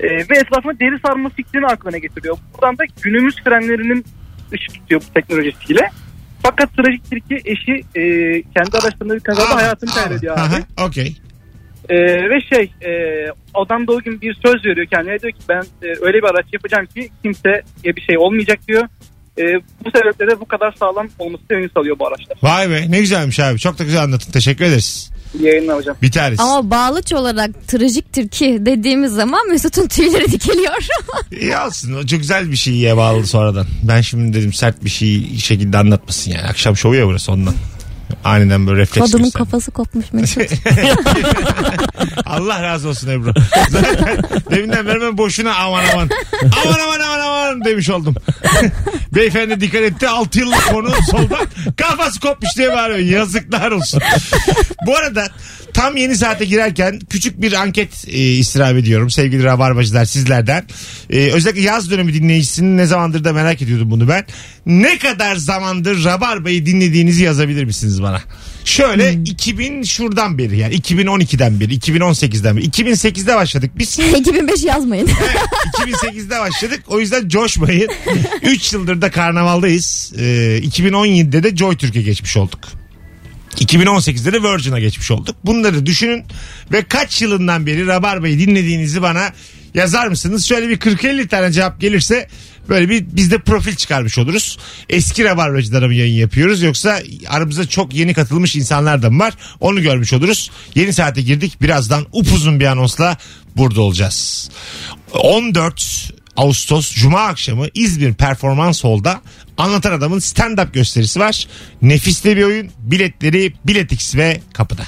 Speaker 9: E, ve etrafına deri sarma fikrini aklına getiriyor. Buradan da günümüz frenlerinin ışık tutuyor bu teknolojisiyle. Fakat trajiktir ki eşi e, kendi araçlarında bir kazada hayatını kaybediyor abi.
Speaker 2: Aha, Okey.
Speaker 9: E, ve şey e, adam da o gün bir söz veriyor kendine diyor ki ben e, öyle bir araç yapacağım ki kimseye bir şey olmayacak diyor. E, bu sebeple de bu kadar sağlam olması ön salıyor bu araçlar.
Speaker 2: Vay be ne güzelmiş abi. Çok da güzel anlatın. Teşekkür ederiz.
Speaker 9: İyi yayınlar hocam.
Speaker 2: Biteriz.
Speaker 3: Ama bağlıç olarak trajiktir ki dediğimiz zaman Mesut'un tüyleri dikiliyor.
Speaker 2: İyi olsun. O çok güzel bir şeye bağlı sonradan. Ben şimdi dedim sert bir şey şekilde anlatmasın yani. Akşam şovu ya burası ondan. Aniden böyle refleks
Speaker 3: Kadının
Speaker 2: gösterdi.
Speaker 3: kafası kopmuş Mesut.
Speaker 2: Allah razı olsun Ebru. Zaten deminden beri ben boşuna aman aman. Aman aman aman aman demiş oldum. Beyefendi dikkat etti. 6 yıllık konu soldan kafası kopmuş diye bağırıyor. Yazıklar olsun. Bu arada tam yeni saate girerken küçük bir anket e, istirham ediyorum. Sevgili rabarbacılar sizlerden. E, özellikle yaz dönemi dinleyicisinin ne zamandır da merak ediyordum bunu ben. Ne kadar zamandır rabarbayı dinlediğinizi yazabilir misiniz bana? Şöyle 2000 şuradan beri yani 2012'den beri 2018'den beri 2008'de başladık biz.
Speaker 3: 2005 yazmayın.
Speaker 2: 2008'de başladık. O yüzden coşmayın. 3 yıldır da karnavaldayız. Ee, 2017'de de Joy Türkiye geçmiş olduk. 2018'de de Virgin'a geçmiş olduk. Bunları düşünün ve kaç yılından beri Rabarba'yı dinlediğinizi bana yazar mısınız? Şöyle bir 40-50 tane cevap gelirse böyle bir biz de profil çıkarmış oluruz. Eski Rabarbacılara mı yayın yapıyoruz yoksa aramızda çok yeni katılmış insanlar da mı var? Onu görmüş oluruz. Yeni saate girdik. Birazdan upuzun bir anonsla burada olacağız. 14 Ağustos Cuma akşamı İzmir Performans Hall'da Anlatan Adam'ın stand-up gösterisi var. Nefisli bir oyun. Biletleri Biletix ve kapıda.